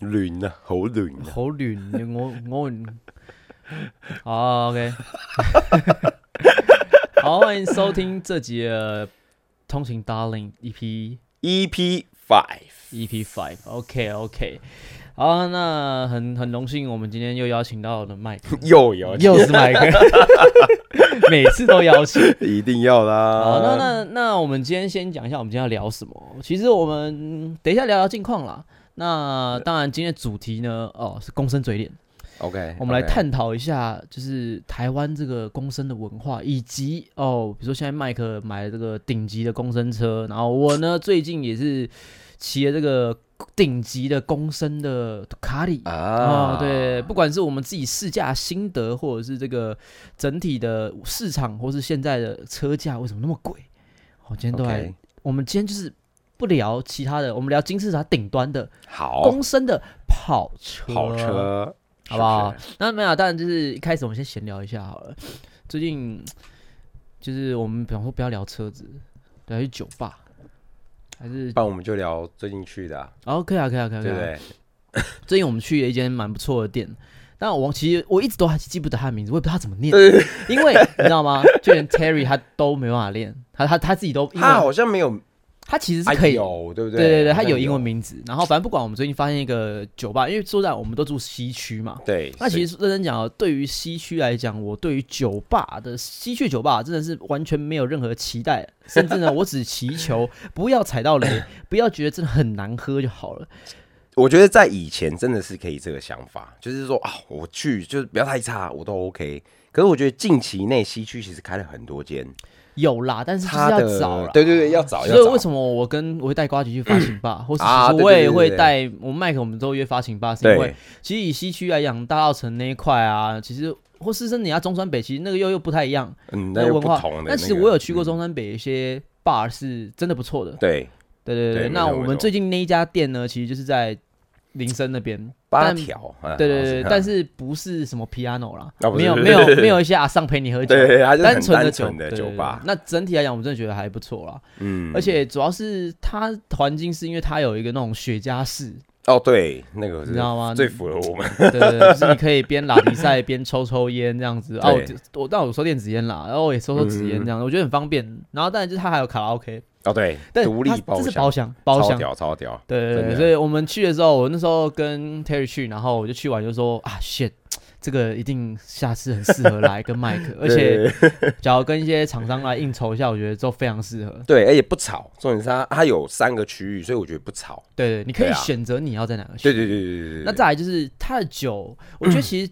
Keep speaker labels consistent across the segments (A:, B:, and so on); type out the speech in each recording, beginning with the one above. A: 亂啊，好亂啊！
B: 好亂，我我唔好 OK，好欢迎收听这集的《通勤 E Darling》EP
A: EP E Five，
B: EP E Five。OK OK，好，那很很荣幸，我们今天又邀请到了麦克，
A: 又有啊
B: 又是麦克， 每次都邀请。
A: 一定要啦！
B: 好，那那那我们今天先讲一下我们今天要聊什么。其实我们等一下聊聊近况啦。那当然，今天的主题呢，哦，是公生嘴脸。
A: OK，
B: 我们来
A: OK
B: 探讨一下，就是台湾这个公升的文化，以及哦，比如说现在麦克买了这个顶级的公升车，然后我呢最近也是骑了这个顶级的公升的卡里。
A: 啊
B: 哦，，对，不管是我们自己试驾心得，或者是这个整体的市场，或是现在的车价为什么那么贵？我、今天都来
A: OK，
B: 我们今天就是不聊其他的，我们聊金字塔顶端的
A: 好，
B: 公升的跑车，
A: 跑车，
B: 好不好？那没有，当然就是一开始我们先闲聊一下好了。最近就是我们比方说不要聊车子，聊去酒吧，还是
A: 不然我们就聊最近去的啊，
B: 哦，可以啊，可以啊，可以啊。
A: 对不
B: 可以啊
A: 对？
B: 最近我们去了一间蛮不错的店，但我其实我一直都还记不得他的名字，我也不知道他怎么念，因为你知道吗？就连 Terry 他都没办法练，他他他自己都英
A: 他
B: 文，
A: 好像没有，
B: 他其实
A: 他
B: 是可以。
A: 有，对不
B: 对对对，他
A: 好像
B: 有英文，名字，然后反正不管我们最近发现一个酒吧，因为说实在我们都住西区嘛，
A: 对，
B: 那其
A: 实
B: 实认真讲哦，对于西区来讲，我对于酒吧的西区酒吧真的是完全没有任何期待，甚至呢，我只祈 求不要踩到雷，不要觉得真的很难喝就好了。
A: 我觉得在以前真的是可以这个想法，就是说啊，我去就是不要太差，我都 OK。可是我觉得近期内西区其实开了很多间，
B: 有啦，但是就是
A: 他
B: 要
A: 的
B: 找啦。
A: 对对对，要找要
B: 所以
A: 找
B: 为。什么我跟我会带瓜吉去发情吧，或是
A: 啊对
B: 其实我
A: 对
B: 也
A: 对
B: 会
A: 对
B: 带我们麦克，我们都约发情吧，是因为
A: 对，
B: 其实以西区来讲，大稻城那一块啊，其实或是甚至你要中山北，其实那个又又不太一样，
A: 嗯，那
B: 那个
A: 又
B: 文
A: 不
B: 化。
A: 同的。
B: 但其实
A: 那
B: 我
A: 个嗯
B: 有去过，中山北一些 bar 是真的不错的，
A: 对，
B: 对对
A: 对
B: 对，
A: 没
B: 那
A: 错
B: 我
A: 没
B: 们
A: 错
B: 最近那一家店呢，其实就是在林森那边。
A: 八
B: 但
A: 条，啊好
B: 对对
A: 像
B: 对，
A: 嗯
B: 但是不是什么 piano 啦，
A: 啊不
B: 没
A: 是
B: 有
A: 对
B: 没有
A: 对对
B: 没有一些阿尚陪你喝酒，
A: 对，它就是很
B: 单纯的
A: 单
B: 酒
A: 纯的
B: 对
A: 酒
B: 对
A: 吧
B: 对，那整体来讲，我真的觉得还不错啦。
A: 嗯，
B: 而且主要是它环境是因为它有一个那种雪茄室，
A: 哦，对，那个
B: 你知道吗
A: 是最符合我们，
B: 对对对，就是你可以边拉迪赛边抽抽烟这样子。哦，我
A: 对
B: 就我但我抽电子烟啦，然后我也抽抽纸烟这样，我觉得很方便。然后当然就是它还有卡拉 OK，
A: 哦，对，
B: 但
A: 独
B: 它
A: 立包
B: 这是
A: 厢，
B: 包厢包
A: 超
B: 厢，
A: 屌，超屌，
B: 对对
A: 真
B: 对，
A: 的
B: 所以我们去的时候，我那时候跟 Terry 去，然后我就去完就说啊，shit，这个一定下次很适合来跟 麦克，而且
A: 对
B: 假如跟一些厂商来应酬一下，我觉得都非常适合。
A: 对，而且不吵，重点是它它有三个区域，所以我觉得不吵，
B: 对对，你可以
A: 对啊
B: 选择你要在哪个区。
A: 对对对对对对，嗯
B: 那再来就是他的酒，我觉得其实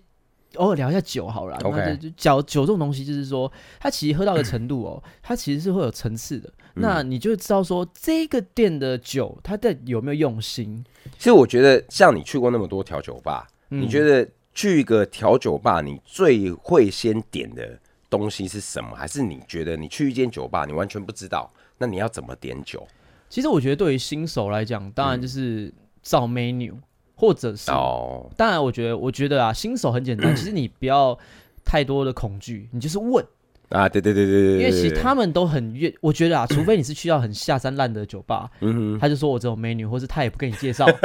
B: 偶尔聊一下酒好了啦。
A: OK
B: 那就就酒酒这种东西，就是说它其实喝到的程度 哦，它其实是会有层次的。
A: 嗯
B: 那你就会知道说这个店的酒它在有没有用心。
A: 其实我觉得像你去过那么多调酒吧，你
B: 嗯
A: 觉得去一个调酒吧，你最会先点的东西是什么？还是你觉得你去一间酒吧，你完全不知道，那你要怎么点酒？
B: 其实我觉得对于新手来讲，当然就是照 menu，、或者是、
A: 嗯哦，
B: 当然，我觉得我觉得啊，新手很简 单，其实你不要太多的恐惧，你就是问，
A: 啊，对对对对对，
B: 因为其
A: 对
B: 实，他们都很愿，我 觉得啊，除非你是去到很下三滥的酒吧，
A: 对嗯哼，
B: 他就说我只有 menu，或是他也不跟你 介绍，哦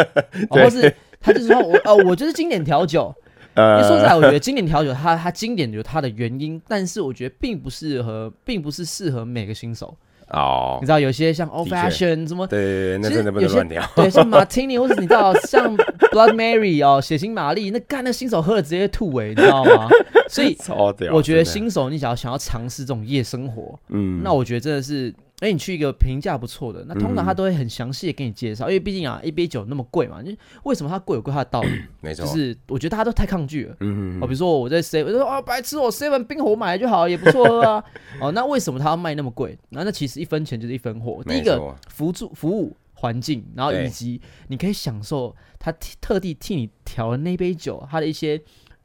B: 或是他就说我哦，我就是经典调 酒。因
A: 嗯
B: 为说实在，我觉得经典调酒它它经典有它的原因，但是我觉得并不适合，并不是适合每个新手。
A: 哦
B: 你，知道有些像 old
A: 的确
B: fashion 什么
A: 对对对，那
B: 其实
A: 真的不
B: 有
A: 能
B: 些
A: 乱调。
B: 对，像 Martini 或者你知道像 Blood Mary 哦，血腥玛丽，那干那新手喝了直接吐哎、你知道 吗？所以
A: 超屌！
B: 我觉得
A: 真的
B: 新手你想要想要尝试这种夜生活，
A: 嗯，
B: 那我觉得啊真的是，哎、你去一个评价不错的，那通常他都会很详细的给你介绍，因为毕竟啊，一杯酒那么贵嘛，你为什么它贵有贵它的道理，
A: 没错，
B: 就是我觉得大家都太抗拒了。
A: 嗯
B: 哦，比如说我在 seven，我就说哦，白痴，我 seven 冰火买了就好，也不错喝 啊。哦，那为什么他要卖那么贵？那那其实一分钱就是一分货。第一
A: 没
B: 个
A: 错
B: 辅助服务环境，然后以
A: 对
B: 及你可以享受他替特地替你调的那杯酒，他的一些，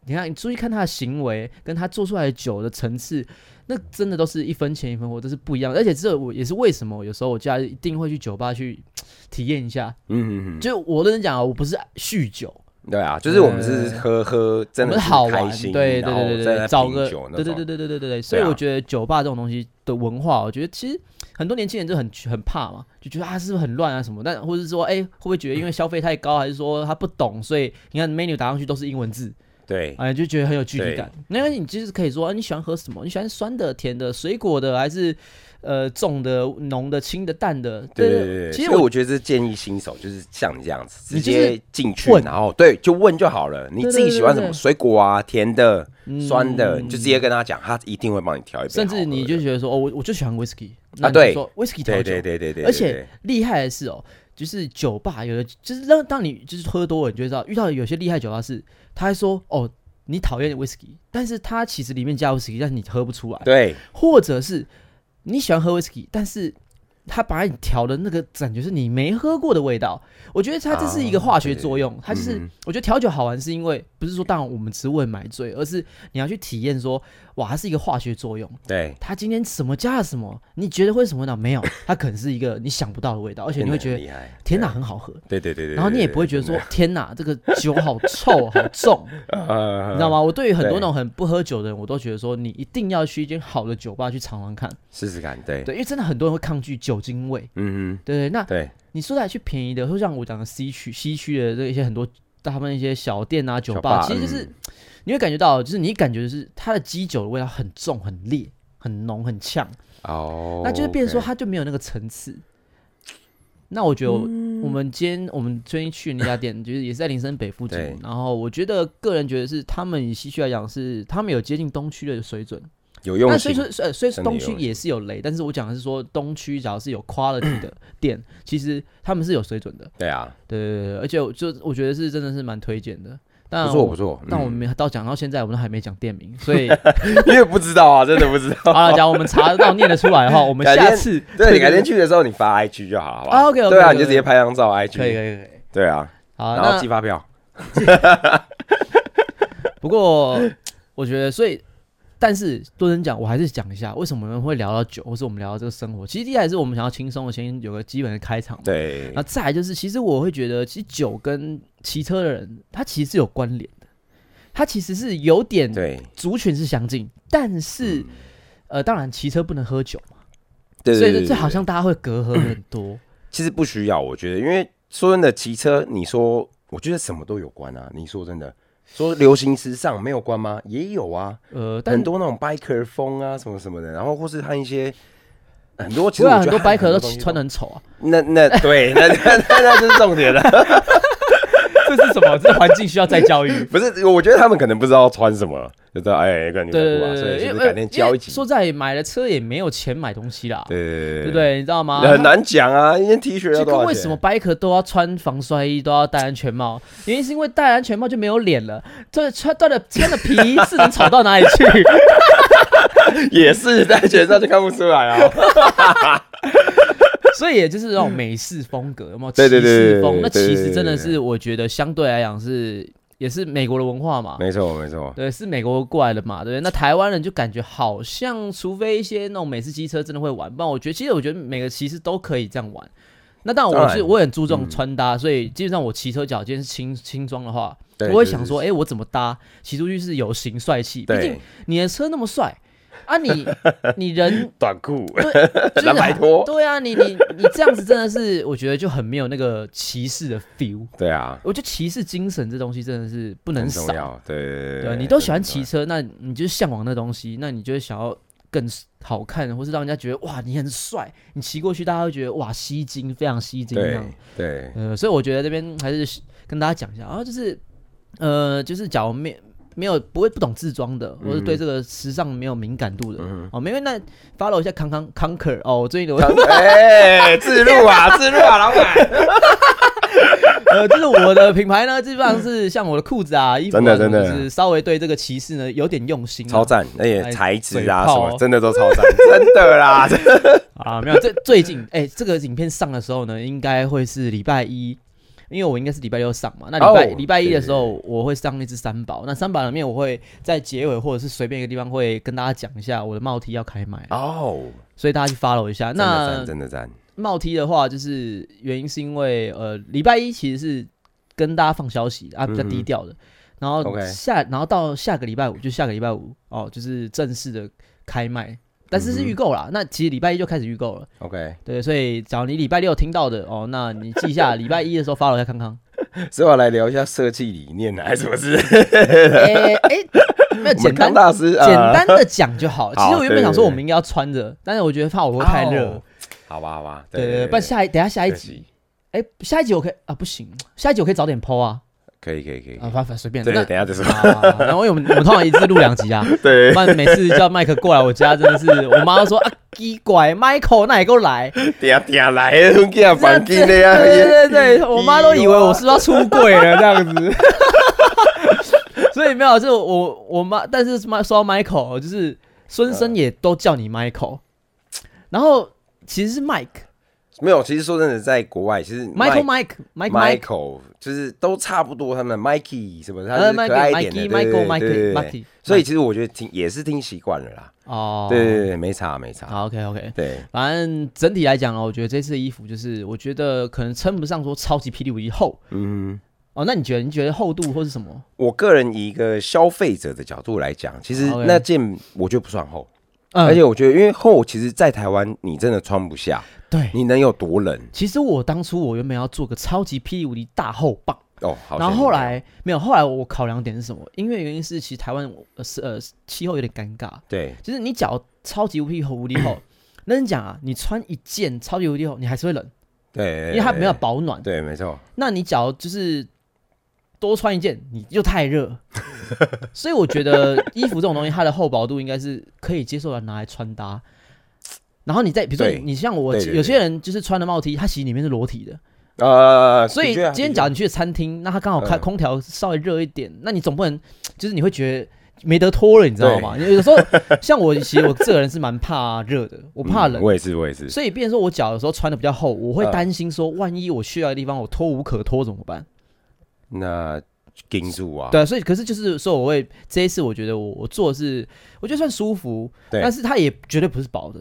B: 你看你注意看他的行为，跟他做出来的酒的层次，那真的都是一分钱一分货，都是不一样的。而且这我也是为什么有时候我假日一定会去酒吧去体验一下，
A: 嗯嗯嗯
B: 就我认真讲啊，我不是酗酒，
A: 对啊，就是我们是喝喝，
B: 我
A: 真的
B: 们
A: 是
B: 好
A: 开
B: 玩，
A: 心，
B: 对对
A: 然后
B: 对对
A: 在那
B: 对，找
A: 品
B: 个
A: 酒那
B: 对对
A: 种
B: 对对对对对，所以
A: 对啊
B: 我觉得酒吧这种东西的文化，我觉得其实很多年轻人就很很怕嘛，就觉得啊是不是很乱啊什么，但或者是说哎、会不会觉得因为消费太高，还是说他不懂，所以你看 menu 打上去都是英文字，
A: 对
B: 哎、就觉得很有距离感。那你其实可以说、啊、你喜欢喝什么？你喜欢酸的、甜的、水果的，还是呃重的、浓的、轻的、淡的？
A: 对对
B: 对
A: 对对，
B: 其实
A: 所以
B: 我
A: 我觉得这建议新手就是像你这样子，直
B: 你就是
A: 接进去，
B: 问
A: 然后对就问就好了，你
B: 对对
A: 自己喜欢什
B: 对对
A: 么
B: 对
A: 水果啊，甜的、酸的，
B: 嗯
A: 你就直接跟他讲，他一定会帮你调一杯好
B: 甚
A: 喝的，
B: 至你就觉得说哦，我我就喜欢 whisky
A: 啊对
B: ，whisky 调
A: 对
B: 酒，
A: 对对对对，
B: 而
A: 对
B: 且厉害的是哦，就是酒吧有的，就是让当你就是喝多了，你就知道遇到有些厉害酒吧是，他还说哦，你讨厌 whisky，但是他其实里面加 whisky，但是你喝不出来，
A: 对
B: 或者是你喜欢喝 whisky，但是他把你调的那个感觉是你没喝过的味道。我觉得它这是一个
A: 啊
B: 化学
A: 对
B: 作用，它就是、
A: 嗯
B: 我觉得调酒好玩是因为不是说当然我们只是为了买醉，而是你要去体验说哇，它是一个化学作用。
A: 对，
B: 他今天什么加了什么？你觉得会什么呢？没 有，它可能是一个你想不到的味道，而且你会觉
A: 真的很
B: 得
A: 厉害，
B: 天哪，很好喝。
A: 对对对对，
B: 然后你也不会觉得说天哪，这个酒好 臭、好重，
A: 呃，
B: 你知道吗？我对于很多
A: 对
B: 那种很不喝酒的人，我都觉得说你一定要去一间好的酒吧去尝尝看。
A: 试试看，对，
B: 对，因为真的很多人会抗拒酒精味。
A: 嗯
B: 对对，那
A: 哼，对，
B: 你说来去便宜的，就像我讲的西区、西区的这一些很多他们一些小店啊、酒
A: 小
B: 吧，
A: 吧
B: 其实就是
A: 嗯
B: 你会感觉到，就是你感觉就是它的基酒的味道很重、很烈、很浓、很呛。
A: 哦，
B: 那就是变成说
A: OK
B: 它就没有那个层次。那我觉得我我们今天我们最近去的那家店，就是也是在林森北附近
A: 对。
B: 然后我觉得个人觉得是他们以西区来讲是他们有接近东区的水准，
A: 有
B: 但
A: 用
B: 虽
A: 心，
B: 说呃虽
A: 真的
B: 说东
A: 有
B: 区
A: 用
B: 也是有雷，但是我讲的是说东区只要是有 quality 的店，其实他们是有水准的。
A: 对啊，
B: 对对对，对而且我就我觉得是真的是蛮推荐的。但
A: 不错
B: 我
A: 不错，
B: 但我
A: 嗯
B: 们没到讲到现在，我们都还没讲店名，所 以
A: 因为不知道啊，真的不知 道，
B: 好了，讲我们查得到念得出来的话，我们
A: 改
B: 下
A: 天
B: 次
A: 对你改天去的时候你发 IG 就好，好不好
B: 啊，OK，OK，
A: 对啊，
B: OK，OK，
A: 你就直接拍张照
B: 可以
A: IG，
B: 可以可以。
A: 对啊，
B: 好，
A: 然后
B: 那
A: 寄发票，
B: 不过我觉得，所以，但是多人讲，我还是讲一下为什么我们会聊到酒，或是我们聊到这个生活。其实第一还是我们想要轻松的，先有个基本的开场嘛。。
A: 对
B: 那，再来就是，其实我会觉得，其实酒跟骑车的人，他其实是有关联的，他其实是有点
A: 对，嗯
B: 族群是相近，但是、呃，当然骑车不能喝酒嘛，
A: 对对对
B: 所以
A: 对
B: 这这
A: 对
B: 好像大家会隔阂很 多。
A: 其实不需要，我觉得，因为说真的，骑车，你说，我觉得什么都有关啊。你说真的，说流行时尚没有关吗？也有啊，
B: 呃，但
A: 很多那种 biker 风啊，什么什么的，然后或是和一些很多，其
B: 不
A: 实我
B: 然
A: 觉得
B: 很多
A: 和
B: 白客都
A: 东西
B: 骑穿的很丑 啊，
A: 那那对，那那那那就是重点了。
B: 这是什么？这环境需要再教育。
A: 不是，我觉得他们可能不知道穿什么，就知道哎，跟你
B: 对
A: 们
B: 对
A: 啊，
B: 对
A: 所
B: 对，
A: 以是
B: 因为
A: 不是改天教一
B: 因为
A: 集？
B: 说在买了车也没有钱买东西啦，
A: 对对
B: 对不对？你知道吗？
A: 很难讲啊，一件 T 恤
B: 就
A: 要多少
B: 跟
A: 钱？
B: 为什么 biker 都要穿防摔衣，都要戴安全帽，原因是因为戴安全帽就没有脸了，这穿断了 穿了皮是能丑到哪里去？
A: 也是 在全上就看不出来 啊？
B: 所以也就是那种美式风格，有没有？骑
A: 对对对
B: 士
A: 对
B: 风，那
A: 对对
B: 其
A: 对
B: 实真的
A: 对对
B: 是我觉得相对来讲是也是美国的文化嘛。
A: 没错没错，
B: 对，是美国过来的嘛，对不对？那台湾人就感觉好像，除非一些那种美式机车真的会玩，不然我觉得，其实我觉得每个骑士都可以这样玩。那当然，
A: 当
B: 我
A: 然嗯
B: 是我也很注重穿搭，所以基本上我骑车脚今天是轻轻装的话，
A: 对
B: 我会
A: 就是
B: 想说，哎、我怎么搭？骑出去是有型帅气，毕竟
A: 对，
B: 你的车那么帅啊你， 你人
A: 短裤。
B: 对， 就是
A: 蓝白拖
B: 对啊，你你你这样子真的是，我觉得就很没有那个骑士的 feel。
A: 对啊，
B: 我觉得骑士精神这东西真的是不能
A: 很
B: 少
A: 重。要。对对对
B: 对啊，
A: 对，
B: 你都喜欢骑车，那你就向往那东西，那你就会想要更好看，或是让人家觉得哇，你很帅，你骑过去，大家会觉得哇，吸睛，非常吸睛这
A: 对
B: 样。
A: 对
B: 呃，所以我觉得这边还是跟大家讲一下啊，就是呃，就是假如没没有不会不懂自装的，
A: 嗯
B: 或者对这个时尚没有敏感度的，哦，没问那 follow 一下康康 conquer 哦，我最近我
A: 对， 哎，自录啊，自录啊，老板，
B: 呃，就是我的品牌呢，基本上是像我的裤子啊、衣服啊，
A: 真的真的
B: 就是稍微对这个骑士呢有点用心啊、
A: 超赞，而且
B: 哎
A: 材质
B: 嘴
A: 啊什
B: 炮哦
A: 么，真的都超赞，真的啦， 真的
B: 啊，没有，这最近哎、这个影片上的时候呢，应该会是礼拜一，因为我应该是礼拜六上嘛。那礼拜
A: 哦
B: 礼、拜一的时候，我会上那只三宝。那三宝里面，我会在结尾或者是随便一个地方会跟大家讲一下我的帽 T 要开卖了，
A: 哦，
B: 所以大家去 follow 一下。
A: 真的
B: 那
A: 赞，真的赞，
B: 帽 T 的话，就是原因是因为呃，礼拜一其实是跟大家放消息啊，比较低调的。然后
A: 嗯 OK
B: 下，然后到下个礼拜五，就下个礼拜五哦，就是正式的开卖，
A: 嗯
B: 但是是预购啦。那其实礼拜一就开始预购了，
A: OK，
B: 对，所以只要你礼拜六听到的哦，那你记一下， 礼拜一的时候发了再看 看。
A: 所以我来聊一下设计理念啊，还是什么事？
B: 哎哎，没有
A: 我
B: 简
A: 们
B: 单
A: 康大师，
B: 简
A: 呃
B: 单的讲 就好了。其实
A: 好
B: 我原本想
A: 对对
B: 说
A: 对
B: 我们应该要穿着，但是我觉得怕我会太热。
A: 哦好吧，好吧，
B: 对
A: 对
B: 对对，不然下一等一下下一
A: 可
B: 集
A: 惜，
B: 哎，下一集我可以啊，不行，下一集我可以早点 PO 啊，
A: 可以可以可以
B: 啊，，反反随便。
A: 对，
B: 那
A: 等一下再说。
B: 啊然后因为我们我们通常一次录两集 啊，
A: 对
B: 不然每次叫麦克过来我家真的是，我妈都说啊，奇怪，Michael 那也给我来，
A: 等一下等一下来，我给他
B: 对
A: 放进
B: 对
A: 来啊！
B: 对对，我妈都以为我是不是要出柜 了这样子。 所以没有，就我我妈，但是妈说到 Michael，就是孙生也都叫你 Michael，然后其实是 Mike，Michael
A: 没有，其实说真的，在国外其实
B: Mike，Mike Mike。
A: Michael 就是都差不多，他们 Mikey 什么，他
B: 呃
A: 是可爱一
B: ，Mikey
A: 点
B: Mikey
A: 的，对对
B: Michael
A: 对对对
B: Mikey
A: 对
B: Mikey，
A: 所以其实我觉得听也是听习惯了啦。
B: 哦，
A: 对对对，没差没差。
B: 好，OK OK，
A: 对，
B: 反正整体来讲哦，我觉得这次的衣服就是，我觉得可能称不上说超级霹雳无敌厚
A: 嗯，
B: 哦。那你觉得你觉得厚度或是什么？
A: 我个人以一个消费者的角度来讲，其实
B: OK
A: 那件我觉得不算厚，
B: 嗯
A: 而且我觉得因为厚，其实在台湾你真的穿不下，
B: 对，
A: 你能有多冷？
B: 其实我当初我原本要做个超级霹雳无敌大厚棒，
A: 哦，好。
B: 然后后，来没有，后来我考量点是什么？因为原因是其实台湾呃是呃气候有点尴尬，
A: 对
B: 就是你脚超级无敌厚无敌 厚，认真讲啊，你穿一件超级无敌厚，你还是会冷，
A: 对，
B: 因为它没有保暖。
A: 对，没错，
B: 那你脚就是多穿一件，你就 太热。所以我觉得衣服这种东西，它的厚薄度应该是可以接受的，拿来穿搭。然后你再比如说
A: 对
B: 你，你像我
A: 对对对
B: 有些人就是穿的帽 T，它其实里面是裸体的。
A: 呃，
B: 所以
A: 的确啊
B: 今天
A: 的确
B: 假如你去餐厅，那它刚好开
A: 嗯
B: 空调稍微热一点，那你总不能就是你会觉得。没得脱了，你知道吗？有时候像我，其实我这个人是蛮怕热的，我怕
A: 嗯，
B: 冷
A: 我也是，我也是，
B: 所以变成说我脚有时候穿的比较厚，我会
A: 嗯
B: 担心说，万一我去到一个地方我脱无可脱怎么办？
A: 那盯住啊，
B: 对啊，所以可是就是说，我会这一次我觉得我我做的是，我觉得算舒服，
A: 对
B: 但是它也绝对不是薄的，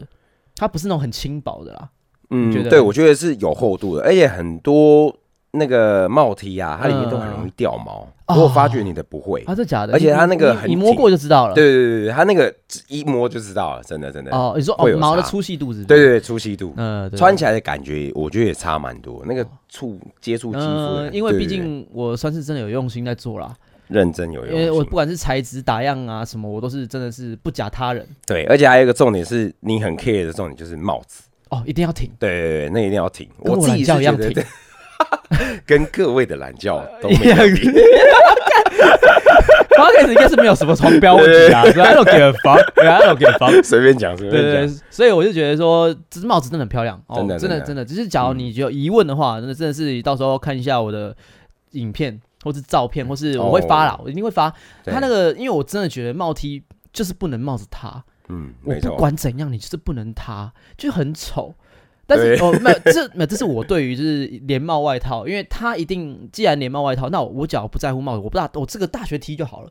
B: 它不是那种很轻薄的啦。你觉
A: 嗯，
B: 得
A: 对，我觉得是有厚度的，而且很多那个帽 T 啊，它里面都很
B: 嗯
A: 容易掉毛。
B: 哦
A: 我发觉你的不会，
B: 啊，这假的？
A: 而且
B: 你
A: 它那个
B: 你
A: 很
B: 你摸
A: 紧
B: 过就知道了。
A: 对对对对，它那个一摸就知道了，真的真的。
B: 哦，你说
A: 会
B: 哦
A: 有
B: 毛的
A: 差
B: 粗细度是？
A: 对，对对，粗细度，
B: 呃，对
A: 穿。起来的感觉，我觉得也差蛮多。那个触接触肌肤的
B: 嗯、
A: 感觉，
B: 因为
A: 对
B: 毕
A: 对对
B: 竟我算是真的有用心在做啦，
A: 认真有
B: 因为
A: 用
B: 呃我
A: 心
B: 不。管是材质、打样啊什么，我都是真的是不假他人
A: 对，而且还有一个重点是你很 care 的重点就是帽子。
B: 哦，一定要挺，
A: 对对对，那一定要挺。
B: 跟我
A: 自
B: 懒
A: 己
B: 觉
A: 是
B: 一
A: 觉
B: 样
A: 得
B: 挺，
A: 跟各位的懒觉都
B: 一
A: 没
B: 样
A: 有比。
B: 刚开始应该是没有什么双标问题啊，所以 I don't give a fuck，I don't give a fuck。
A: 随便讲，随
B: 对
A: 便讲。
B: 对，对所以我就觉得说，这帽子真的很漂亮，哦、
A: 真的
B: 真
A: 真的
B: 的
A: 嗯
B: 真的，只是假如你有疑问的话，真的真的是到时候看一下我的影片或是照片，或是我会发啦，我一定会发。
A: 哦对
B: 他那个，因为我真的觉得帽 T 就是不能帽子塌，
A: 嗯，
B: 我
A: 没
B: 不
A: 错。
B: 管怎样，你就是不能塌，就很丑。但是
A: 对
B: 哦，没有这没有，这是我对于就是连帽外套，因为它一定既然连帽外套，那我我只要不在乎帽子，我不大我这个大学 T 就好了，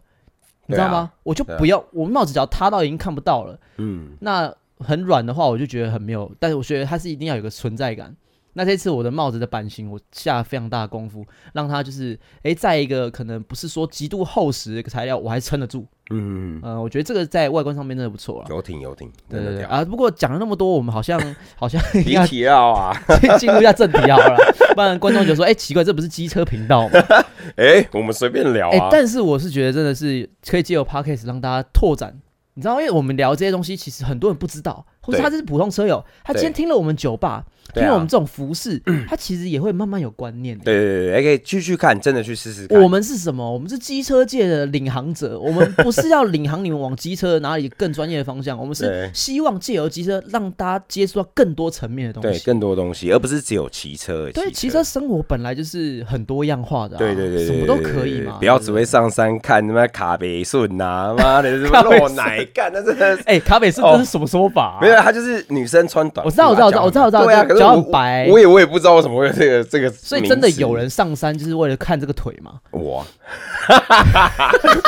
B: 你知道吗？
A: 对啊
B: 我就
A: 对啊
B: 不要我帽子只要塌到已经看不到了，
A: 嗯，
B: 那很软的话，我就觉得很没有，但是我觉得它是一定要有个存在感。那这次我的帽子的版型，我下了非常大的功夫，让它就是，诶，在一个可能不是说极度厚实的材料，我还撑得住。
A: 嗯，
B: 嗯、我觉得这个在外观上面真的不错了。
A: 游艇游艇，
B: 对
A: 真
B: 对
A: 的
B: 对
A: 屌。
B: 啊！不过讲了那么多，我们好像 好像应
A: 离
B: 该
A: 题了啊！
B: 进入一下正题好了，不然观众就说：“诶，哎奇怪，这不是机车频 道吗？”
A: 哎，我们随便聊
B: 哎、
A: 啊。
B: 但是我是觉得真的是可以借由 podcast 让大家拓展，你知道，因为我们聊这些东西，其实很多人不知道，或者
A: 对
B: 他就是普通车友，他今天
A: 对
B: 听了我们酒吧，
A: 对
B: 听
A: 啊
B: 了我们这种 服饰，他其实也会慢慢有观念。
A: 对对对对，哎可以继续看，真的去试试看。
B: 我们是什么？我们是机车界的领 航者，我们不是要领航你们往机车哪里更专业的方向，我们是
A: 对
B: 希望借由机车让大家接触到更多层面的东
A: 对
B: 西。
A: 更多东西，而不是只有骑车。
B: 对，骑车。生活本来就是很多样化的、啊，
A: 对对对，对
B: 什么都可
A: 对
B: 以
A: 对
B: 嘛。
A: 对不要
B: 对
A: 只
B: 对
A: 会上山看他妈卡北顺 呐，妈的什么
B: 卡北
A: 露
B: 顺
A: 奶干，那真 的是
B: 哎、卡北是这是什么说法、啊
A: 哦没有，他就是女生穿短裤啊。
B: 我知道我知道
A: 脚很
B: 我知道我知道
A: 对啊
B: 我知
A: 可
B: 道
A: 是
B: 脚很
A: 我
B: 白
A: 我也我也不知道为什么会有这个这个名词。
B: 所以真的有人上山就是为了看这个腿 吗？
A: 我 啊，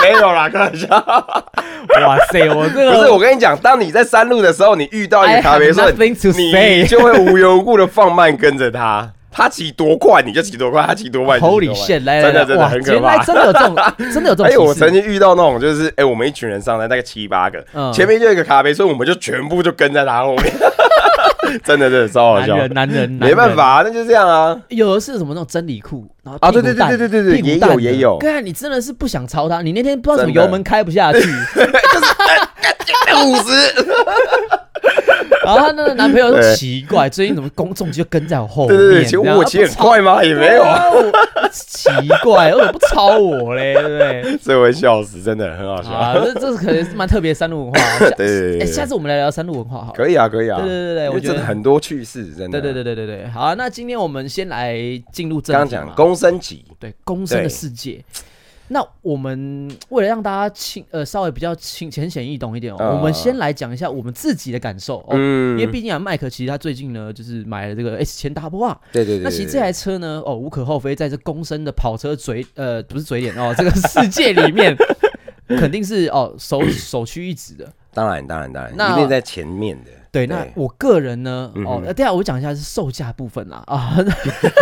A: 没有啦，开玩笑。
B: 哇塞，我这
A: 不是，我跟你讲，当你在山路的时候，你遇到一
B: I
A: 个
B: have
A: 咖啡色，
B: nothing to
A: 你
B: say
A: 就会无缘无故的放慢跟着他，他骑多快你就骑多快，他骑多慢你就骑多
B: Holy
A: 慢
B: shit！来来
A: 真的真
B: 来，
A: 的
B: 哇，
A: 很可
B: 原来
A: 怕。
B: 真的有这 种，真的有这种
A: 哎、
B: 歧视。
A: 我曾经遇到那种，就是哎、我们一群人上来，大概七八个，
B: 嗯
A: 前面就有一个咖啡，所以我们就全部就跟在他后面， 真的真的超好
B: 男
A: 笑，
B: 人，男人，
A: 没办
B: 男人。
A: 法、那就这样啊。
B: 有的是什么那种真理裤，然后
A: 啊
B: 屁股
A: 对对
B: 蛋
A: 对对对对
B: 屁股
A: 也
B: 蛋
A: 有
B: 的
A: 也有
B: 干，你真的是不想抄他，你那天不知道什么
A: 真的
B: 油门开不 下去，
A: 哎五 十，
B: 然后她那个男朋友说
A: 对
B: 奇怪，最近怎么公众就跟在我后面？
A: 对对对，其实
B: 这样
A: 我骑很，快吗？也
B: 啊
A: 没有，啊，
B: 不抄对啊我奇怪，为什么不抄我嘞？对不 对？
A: 所以我会笑死，真的很好笑。
B: 啊，这这是可能是蛮特别的山路文 化。下
A: 对对对对
B: 哎，
A: 对
B: 下次我们来聊山路文化好了。
A: 可以啊，可以啊，
B: 对对对对
A: 因为
B: 我觉
A: 真的
B: 得
A: 很多趣事，真的。
B: 对对对对对对，好啊，那今天我们先来进入正题
A: 刚刚
B: 嘛
A: 讲公升级，
B: 对公生的
A: 对
B: 世界。那我们为了让大家清呃稍微比较清浅显易懂一点哦，
A: 呃
B: 我们先来讲一下我们自己的感受哦，因
A: 嗯，
B: 为毕竟啊，麦克其实他最近呢就是买了这个 S 千大波啊。
A: 对对对，
B: 那其实
A: 对
B: 这
A: 对
B: 台车呢，哦，无可厚非，在这公升的跑车嘴呃不是嘴脸哦，这个世界 里面肯定是哦首首屈一指的。
A: 当然当然当然，
B: 那
A: 一定在前面的。
B: 对，那我个人呢，
A: 嗯
B: 哦
A: 哼，
B: 呃对啊，我讲一下是售价部分啦啊。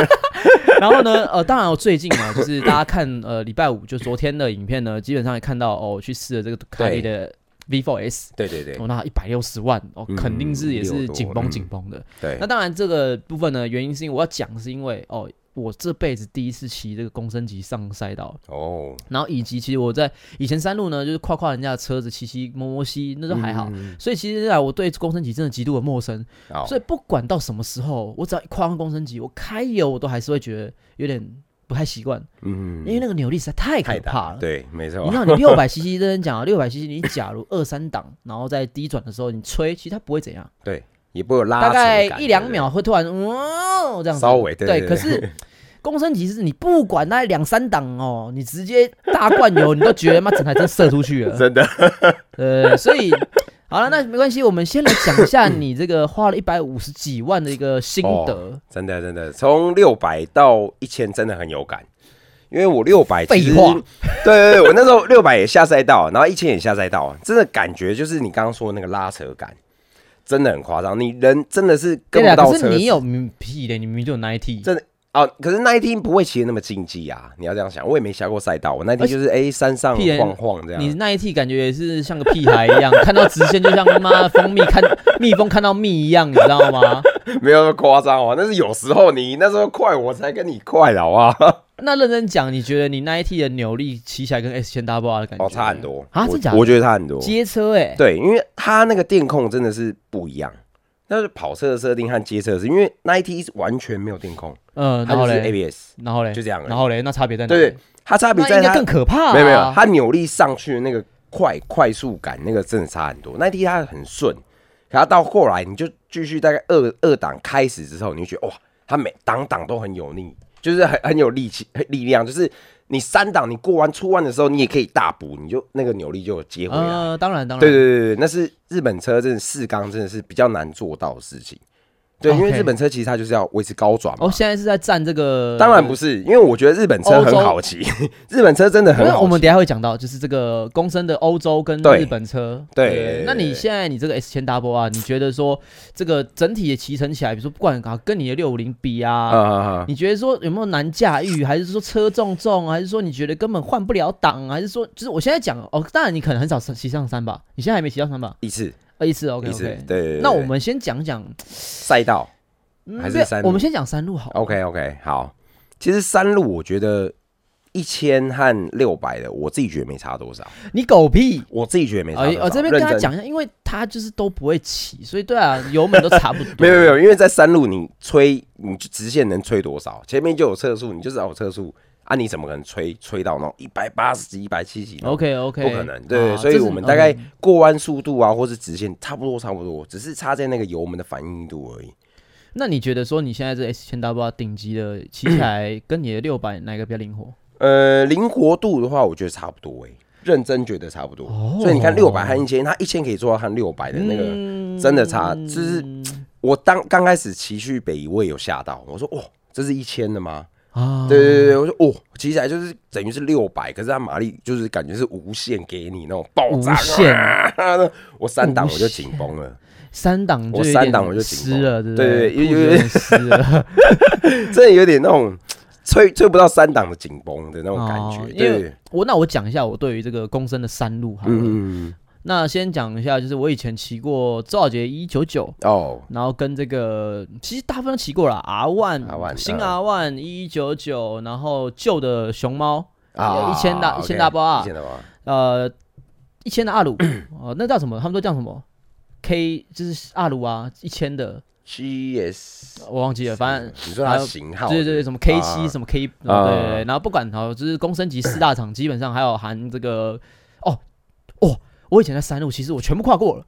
B: 然后呢，呃，当然我最近嘛，就是大家看呃礼拜五就昨天的影片呢，基本上也看到哦，我去试了这个卡迪的 V4S，
A: 对对对
B: 哦，那一百六十万哦，
A: 嗯
B: 肯定是也是
A: 六多
B: 紧绷
A: 嗯
B: 紧绷的。
A: 对
B: 那，当然这个部分呢，原因是因为我要讲是因为哦。我这辈子第一次骑这个公升级上赛道，
A: 哦，
B: 然后以及其实我在以前山路呢，就是跨跨人家的车子，骑骑摸摸西，那都还好。
A: 嗯，哦
B: 所以其实啊，我对公升级真的极度的陌生。
A: 好，
B: 所以不管到什么时候，我只要一跨上公升级，我开油我都还是会觉得有点不太习惯，
A: 嗯
B: 因为那个扭力实在太可
A: 太
B: 怕
A: 大
B: 了。
A: 对，没
B: 你
A: 错，
B: 看，你六百 CC 认真讲啊，六百 CC 你假如二三档，然后在低转的时候你吹，其实它不会怎样，
A: 对，也不会有拉
B: 大
A: 扯
B: 概
A: 啊感
B: 一两
A: 对不对
B: 秒会突然嗯这样子，
A: 稍微对对
B: 可
A: 对
B: 是公升级是你不管那两三档哦，你直接大灌油，你都觉得妈整台真射出去 了。
A: 真的，
B: 呃，所以好了，那没关系，我们先来讲一下你这个花了一百五十几万的一个心
A: 哦
B: 得。
A: 真的，真的，从六百到一千真的很有感，因为我六百，
B: 废话，
A: 对 对对，我那时候六百也下赛道，然后一千也下赛道，真的感觉就是你刚刚说的那个拉扯感，真的很夸张，你人真的是跟
B: 对啊，
A: 不到
B: 可是
A: 车子
B: 你有明屁嘞，你明明就有 ninety，
A: 这啊，可是那一天不会骑的那么竞技啊，你要这样想，我也没下过赛道，我那天就是哎山上
B: 屁人
A: 晃晃这
B: 你
A: 样，
B: ninety 感觉也是像个屁孩一 样，看到直线就像他妈蜂蜜看 蜜蜂看到蜜一样，你知道吗？
A: 没有那么夸张哦，但是有时候你那时候快我才跟你快的好不好？
B: 那认真讲，你觉得你 ninety 的扭力骑起来跟 S 千 double R 的感觉
A: 哦，差很多
B: 啊？
A: 我
B: 真假的？
A: 我觉得差很多，
B: 街车哎，
A: 哦对，因为它那个电控真的是不一样。但是跑车的设定和街车的是，因为 Nike 是完全没有电控，
B: 嗯，
A: 它
B: 然后
A: 就是
B: 嘞，
A: ABS，
B: 然后嘞，
A: 就这样而已
B: 然后嘞，那差别在哪？
A: 对对，，它差别
B: 那
A: 在
B: 应该
A: 它
B: 更可怕啊。
A: 没有没有，它扭力上去的那个快快速感，那个真的差很多。Nike 它很顺，可它到后来你就继续大概二二档开始之后，你就觉得哇，它每档档都很有力，就是很很有力气很力量，就是你三档你过弯出弯的时候，你也可以大补，你就那个扭力就有接回来。
B: 呃，当然当然，
A: 啊对对对对，那是日本车，真的四缸真的是比较难做到的事情。对，因为
B: OK
A: 日本车其实它就是要维持高转嘛。
B: 哦，现在是在站这个，
A: 当然不是，因为我觉得日本车很好骑， 日本车真的很
B: 因为
A: 好骑。
B: 我们等一下会讲到，就是这个公升的欧洲跟
A: 对
B: 日本车。
A: 对
B: 那你现在你这个 S 千 Double 啊，你觉得说这个整体的骑乘起来，比如说不管啊跟你的六五零比
A: 啊
B: 啊，
A: 啊啊！
B: 你觉得说有没有难驾驭，还是说车重重，还是说你觉得根本换不了档，还是说就是我现在讲哦，当然你可能很少骑上山吧，你现在还没骑上山吧？
A: 一次
B: 呃，一次 OK
A: 一次，对
B: OK。
A: 对。对
B: 那我们先讲讲，
A: 赛道
B: 嗯
A: 还是
B: 不要
A: 山路哦
B: 我们先讲山路好了。
A: ，OK OK，好。其实山路我觉得一千和六百的，我自己觉得没差多少，
B: 你狗屁！
A: 我自己觉得没差
B: 哎
A: 多，少。
B: 我这边跟他
A: 认真
B: 讲一下，因为他就是都不会骑，所以对啊，油门都差不多。
A: 没有没有没有，因为在山路你吹，你就直线能吹多少？前面就有测速，你就知道有测速啊，你怎么可能吹吹到那种一百八十几、一百七十
B: OK OK，
A: 不可能，对对，
B: 啊
A: 所
B: 这
A: 以
B: 是
A: 我们大概
B: 嗯
A: 过弯速度啊，或是直线差不多差不多，只是差在那个油门的反应度而已。
B: 那你觉得说你现在这 S 千 W 顶级的骑起来跟你的六百哪个比较灵活？
A: 呃，灵活度的话，我觉得差不多哎、认真觉得差不多。
B: 哦
A: 所以你看六百和一千，它一千可以做到和六百的那个，
B: 嗯
A: 真的差就是我当刚开始骑去北宜，我也有吓到，我说哇，这是一千的吗？
B: 啊，
A: 对对对，我说哦，骑起来就是等于是六百，可是它马力就是感觉是无限给你那种爆
B: 无
A: 炸，
B: 限
A: 啊那我三档我就紧绷了，
B: 三档就
A: 我
B: 有
A: 三
B: 点
A: 档我就紧
B: 湿
A: 绷
B: 了，对不
A: 对对
B: 对
A: 有
B: 裤子
A: 有
B: 有点湿了，
A: 真的有点那种吹吹不到三档的紧绷的那种感觉
B: 哦，因为
A: 对，
B: 我那我讲一下我对于这个公升的山路好了，
A: 嗯嗯嗯
B: 那先讲一下，就是我以前骑过周小杰一九九，
A: 嗯哦，
B: 然后跟这个其实大部分都骑过了 R One、
A: R1
B: 新
A: 嗯
B: R One 一九九，然后旧的熊猫，
A: 啊，
B: 一千大
A: OK，
B: 一千大包啊
A: 一千大包啊，
B: 呃，一千的 阿鲁，哦、那叫什么？他们都叫什么？K 就是阿鲁啊，一千的，
A: GS，
B: 我忘记了，反正。
A: 你说它的型号，
B: 对对对，什么 K 七、
A: 啊
B: 什么 K，、哦
A: 啊
B: 对对对，然后不管好，就是公升级四大厂，基本上还有含这个，哦哦，我以前在山路，其实我全部跨过了。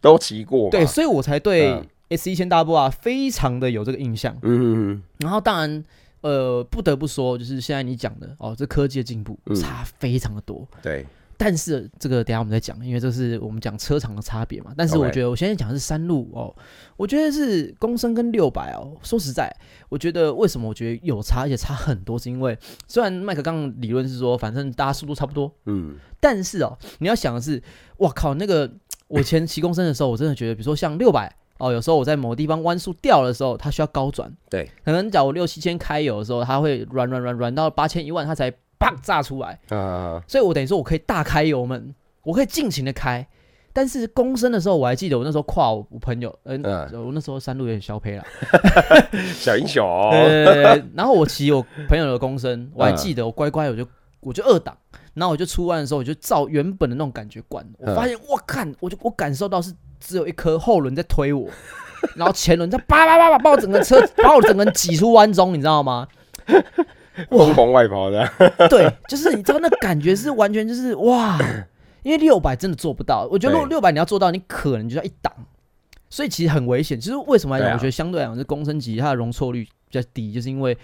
A: 都骑过嘛，
B: 对，所以我才对
A: 嗯
B: S 一千大波啊非常的有这个印象。
A: 嗯，嗯
B: 然后当然，呃，不得不说，就是现在你讲的哦，这科技的进步
A: 嗯
B: 差非常的多。
A: 嗯，对，
B: 但是这个等一下我们再讲，因为这是我们讲车厂的差别嘛。但是我
A: OK
B: 觉得我现在讲的是山路哦，我觉得是公升跟六百哦。说实在，我觉得为什么我觉得有差，而且差很多，是因为虽然麦克刚刚理论是说，反正大家速度差不多，
A: 嗯，
B: 但是哦，你要想的是，哇靠，那个我以前骑公升的时候，我真的觉得，比如说像六百哦，有时候我在某地方弯速掉的时候，它需要高转，
A: 对，
B: 可能假如六七千开油的时候，它会软软软软到八千一万，它才砰炸出来，
A: 啊，
B: 所以我等于说我可以大开油门，我可以尽情的开。但是公升的时候，我还记得我那时候跨我我朋友，嗯、
A: 嗯
B: 我那时候山路有点小胚啦，
A: 小英雄，
B: 呃，然后我骑我朋友的公升，我还记得我乖乖我就我就二档，然后我就出弯的时候我就照原本的那种感觉灌，我发现我看我就我感受到是只有一颗后轮在推我，然后前轮在叭叭叭叭把我整个车把我整个人挤出弯中，你知道吗？
A: 疯狂外跑的，
B: 对，就是你知道那感觉是完全就是哇，因为六百真的做不到，我觉得如果
A: 对
B: 六百你要做到，你可能就要一档，所以其实很危险。其实为什么来讲，
A: 对啊
B: 我觉得相对来讲，是公升级它的容错率比较低，就是因为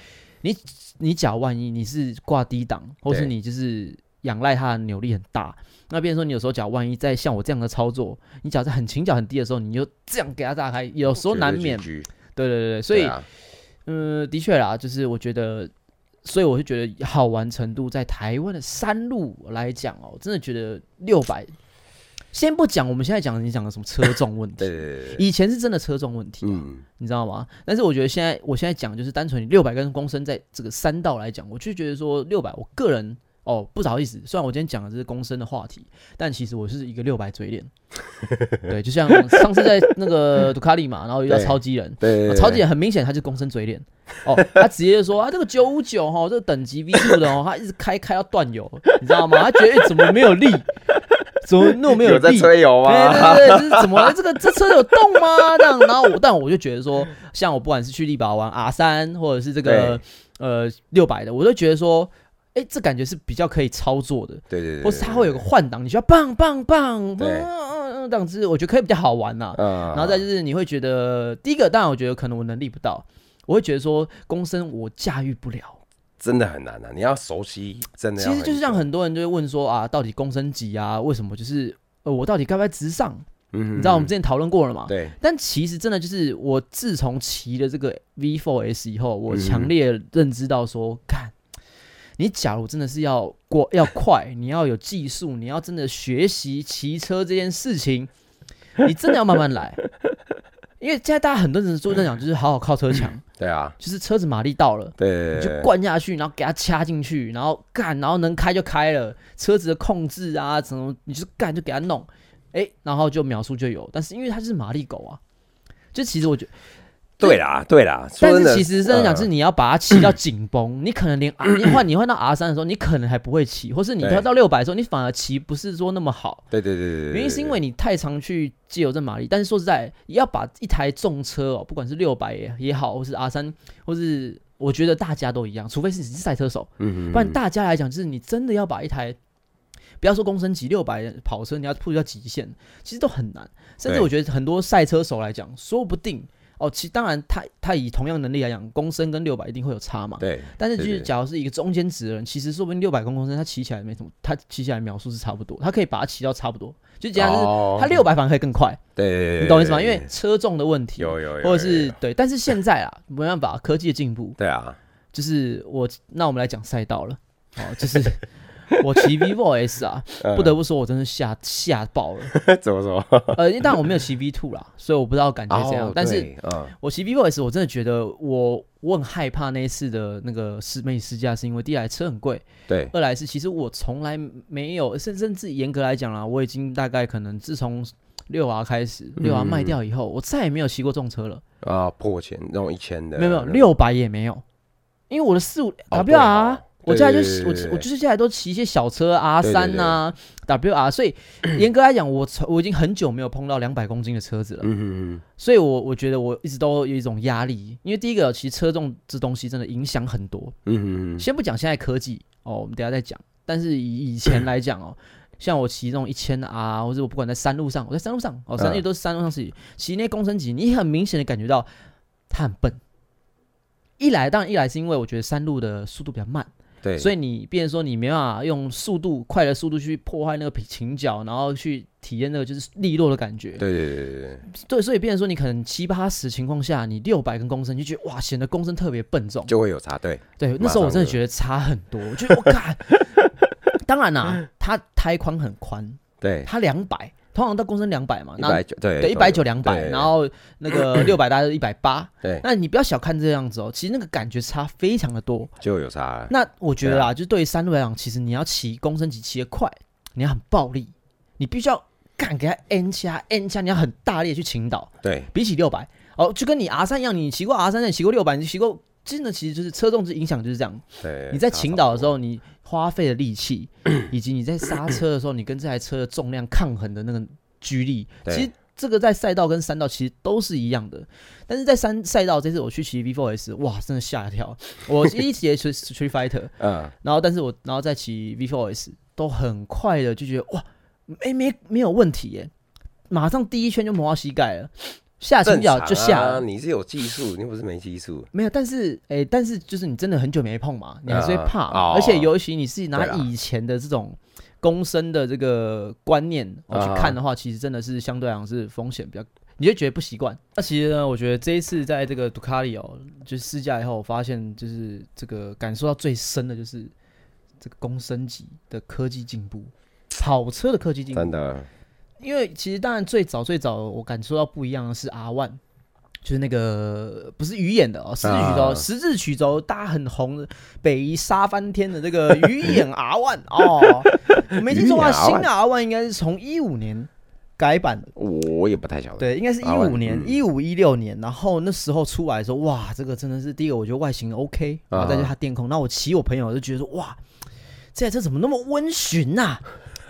B: 你你假如万一你是挂低档，或是
A: 对
B: 你就是仰赖它的扭力很大，那变成说你有时候假如万一在像我这样的操作，你假如在很倾角很低的时候，你就这样给它炸开，有时候难免。
A: 绝对 GG
B: 对对对对，所以
A: 对啊
B: 嗯，的确啦，就是我觉得，所以我就觉得好玩程度在台湾的山路来讲哦，真的觉得六百，先不讲我们现在讲你讲的什么车重问
A: 对
B: 题，
A: 对对对对，
B: 以前是真的车重问题啊、
A: 嗯，
B: 你知道吗？但是我觉得现在我现在讲就是单纯你六百跟公升在这个山道来讲，我就觉得说六百，我个人哦不好意思，虽然我今天讲的是公升的话题，但其实我是一个六百嘴 脸，对，就像上次在那个杜卡利嘛，然后遇到
A: 对
B: 超级人，
A: 对对
B: 啊
A: 对，
B: 超级人很明显，他就是公升嘴脸哦，他直接就说啊，这个九五九哈，这个等级 V 2的哦，他一直开开到断油，你知道吗？他觉得、欸怎么没有力， 怎么那么没
A: 有在
B: 力？
A: 吹油
B: 哎
A: 吗？
B: 对对对，就是怎么了这个这车有动吗？这样，然后我但我就觉得说，像我不管是去力宝玩 R 三，或者是这个呃六百的，我都觉得说，哎、这感觉是比较可以操作的，
A: 对对对，
B: 或是它会有个换挡，你需要棒棒棒，嗯
A: 对
B: 嗯嗯，这样子我觉得可以比较好玩啊呐、
A: 嗯，
B: 然后再就是你会觉得，第一个当然我觉得可能我能力不到，我会觉得说公升我驾驭不了。
A: 真的很难啊，你要熟悉，真的要久，
B: 其实就是像很多人就会问说啊，到底公升级啊，为什么就是呃我到底该不该直上？
A: 嗯，嗯，
B: 你知道我们
A: 嗯
B: 之前讨论过了嘛？
A: 对
B: 但其实真的就是我自从骑了这个 V4S 以后，我
A: 嗯
B: 强烈认知到说，看、你假如真的是要过 要快，你要有技术，你要真的学习骑车这件事情，你真的要慢慢来。因为现在大家很多人做在讲，就是好好靠车墙，
A: 对啊，
B: 就是车子马力到了。
A: 对对
B: 你
A: 对
B: 就
A: 对，
B: 灌下去，然后给它掐进去，然后干，然后能开就开了，车子的控制啊，怎么你就干就给它弄，哎，然后就秒速就有。但是因为它就是马力狗啊，就其实我觉得，
A: 对啦对啦，说
B: 但
A: 真
B: 是
A: 的
B: 其实真的讲，
A: 嗯
B: 是你要把它骑到紧绷，你可能连 R 你换你换到 R 三的时候，你可能还不会骑，或是你
A: 对
B: 跳到六百的时候，你反而骑不是说那么好。
A: 对对对对对，对
B: 原因是因为你太常去借由这马力，但是说实在，要把一台重车哦，不管是六百也也好，或是 R 三，或是我觉得大家都一样，除非是你是赛车手，
A: 嗯嗯
B: 不然
A: 嗯
B: 大家来讲，就是你真的要把一台，不要说公升级六百跑车，你要pushed 到极限，其实都很难。甚至
A: 对
B: 我觉得很多赛车手来讲，说不定哦，其当然他他以同样能力来讲，公升跟六百一定会有差嘛。
A: 对
B: 但是就
A: 对
B: 是，
A: 对
B: 假如是一个中间值的人，其实说不定六百公公升他骑起来没什么，他骑起来秒数是差不多，他可以把它骑到差不多，就简单是。
A: 哦
B: 他六百反而可以更快，
A: 对对对，
B: 你懂我意思吗？
A: 对
B: 因为
A: 对
B: 车重的问题，
A: 有有有，
B: 或者
A: 有
B: 是
A: 有
B: 对，但是现在啊，没办法，科技的进步，
A: 对啊，
B: 就是我，那我们来讲赛道了。哦，就是 我骑 vivo S 啊，
A: 嗯
B: 不得不说，我真是吓吓爆了。
A: 怎么说？
B: 呃，因为当然我没有骑 V two 啦，所以我不知道感觉怎样。
A: 哦
B: 但是
A: 对嗯，
B: 我骑 vivo S，我真的觉得我我很害怕那一次的那个试妹试驾，是因为第一来车很贵，
A: 对，
B: 二来是其实我从来没有，甚甚至严格来讲啦，我已经大概可能自从六 R 开始，
A: 嗯
B: 六 R 卖掉以后，我再也没有骑过重车了，
A: 啊，破千那种一千的，
B: 没有没有，六百也没有，因为我的四五
A: 哦
B: W 啊
A: 对
B: R
A: 哦。
B: 我
A: 对
B: 接下来就
A: 对对
B: 我
A: 对对
B: 我就是接下来都骑一些小车 R
A: 对对
B: 三呐 W R，所以 严格来讲，我从我已经很久没有碰到两百公斤的车子了。
A: 嗯嗯
B: 所以我我觉得我一直都有一种压力，因为第一个，其实车重这东西真的影响很多。
A: 嗯嗯嗯
B: 先不讲现在科技哦，我们等一下再讲。但是以以前来讲哦，像我骑那种一千 R，或者我不管在山路上，我在山路上哦，山路
A: 嗯
B: 都是山路上骑，骑那些公升级，你很明显的感觉到它很笨。一来当然一来是因为我觉得山路的速度比较慢，
A: 嗯，对，
B: 所
A: 以
B: 以你变成说你没办法用速度快的速度去破坏那个倾角，然后去体验那个就是利落的感觉。
A: 对对对对对，
B: 对，所以变成说你可能七八十情况下，你六百跟公升，你就觉得哇，显得公升特别笨重。
A: 就会有差，对，
B: 对，那时候我真的
A: 马上就
B: 觉得差很多，我觉得我靠。 当然啦、啊它胎宽很宽，
A: 对，
B: 它两百，通常到公升两百嘛，
A: 一
B: 那
A: 百九，对，
B: 对一百九两百，
A: 对
B: 然后那 个六百大概一百八。
A: 对，
B: 那你不要小看这样子哦，其实那个感觉差非常的多。
A: 就有差了，
B: 那我觉得
A: 对啊
B: 啦，就对于山路来讲，其实你要骑公升级骑得快，你要很暴力，你必须要干给它 N 掐 N 掐，你要很大力地去倾倒。
A: 对，
B: 比起六百，哦，就跟你 R 三一样，你骑过 R 三，你骑过六百，你骑过，真的其实就是车重之影响就是这样。
A: 对，
B: 你在
A: 差
B: 倾
A: 不
B: 倒的时
A: 多，
B: 候，你花费的力气，以及你在刹车的时候，你跟这台车的重量抗衡的那个居力，
A: 对
B: 其实这个在赛道跟山道其实都是一样的。但是在山赛道这次我去骑 V4S，哇，真的吓一跳！我一骑 H Street Fighter，
A: 嗯，
B: 然后但是我然后再骑 V4S 都很快的就觉得哇，哎、没没有问题耶，马上第一圈就磨到膝盖了，下
A: 正
B: 前脚
A: 常
B: 就下
A: 啊
B: 了。
A: 你是有技术，你又不是没技术，
B: 没有，但是哎、但是就是你真的很久没碰嘛，你还是会怕嘛，
A: 啊哦
B: 而且尤其你是拿
A: 对啦
B: 以前的这种公升的这个观念、哦、去
A: 啊
B: 看的话，其实真的是相对来讲是风险比较，你就觉得不习惯。那其实呢，我觉得这一次在这个杜卡里哦，就试驾以后，我发现就是这个感受到最深的就是这个公升级的科技进步，跑车的科技进步
A: 真，的，
B: 因为其实当然最早最早我感受到不一样的是 R One，就是那个不是鱼眼的哦，十字曲轴，
A: 啊
B: 十字曲轴大家很红的北移杀翻天的这个鱼 眼 R One 哦，我没记错的话，
A: 鱼眼 R1
B: 新的 R One 应该是从一五年改版的。
A: 我也不太晓得，
B: 嗯对，应该是一
A: R1
B: 五年、
A: 嗯
B: 一五一六年，然后那时候出来的时候，哇，这个真的是第一个，我觉得外形 OK，然
A: 啊
B: 后再就是它电控，那、我骑我朋友就觉得说，哇，这台车怎么那么温驯呐、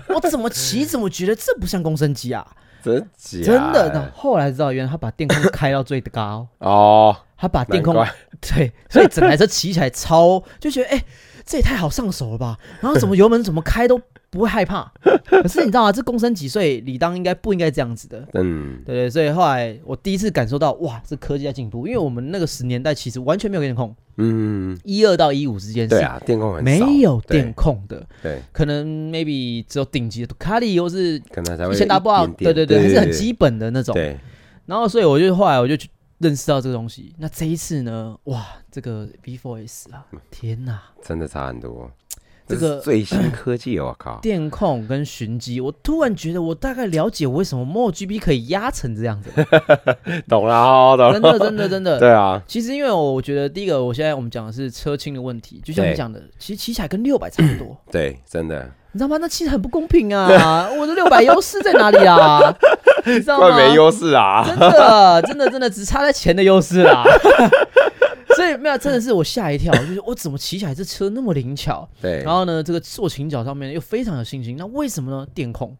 B: 我怎么骑怎么觉得这不像公升机啊？
A: 真假
B: 真的。那后来知道，原来他把电控开到最高，
A: 哦，
B: 他把电控
A: 难怪
B: 对，所以整台车骑起来超就觉得，哎、这也太好上手了吧？然后怎么油门怎么开都不会害 怕。可是你知道吗？这公升几岁，理当应该不应该这样子的。
A: 嗯，
B: 对对，所以后来我第一次感受到，哇，这科技在进步，因为我们那个十年代其实完全没有电控，
A: 嗯，
B: 一二到一五之间
A: 对
B: 是
A: 啊，电控很
B: 没
A: 少
B: 有
A: 对
B: 电控的，
A: 对，
B: 可能 maybe 只有顶级的杜卡迪或是
A: 可能才会
B: 一千
A: 有
B: W，
A: 点点
B: 对对对，还是很基本的那种。
A: 对，
B: 然后所以我就后来我就去认识到这个东西。那这一次呢，哇，这个 B f o S 啊，
A: 嗯
B: 天哪，
A: 真的差很多。
B: 这
A: 是
B: 个
A: 最新科技，我 靠！
B: 电控跟寻机，我突然觉得我大概了解为什么 Mo G B 可以压成这样 子了，
A: 懂了哦，懂
B: 真的真的真的。
A: 对啊，
B: 其实因为我觉得第一个，我现在我们讲的是车轻的问题，就像你
A: 对
B: 讲的，其实骑起来跟六百差不 多，
A: 对，真的，
B: 你知道吗？那其实很不公平啊！我的六百优势在哪里啊？你知 道吗？
A: 怪没优势啊。
B: 真的，真的，真的，只差在钱的优势啦。 所以没有，真的是我吓一跳，就是我怎么骑起来这车那么灵巧？
A: 对，
B: 然后呢，这个坐倾角上面又非常有信心。那为什么呢？电控，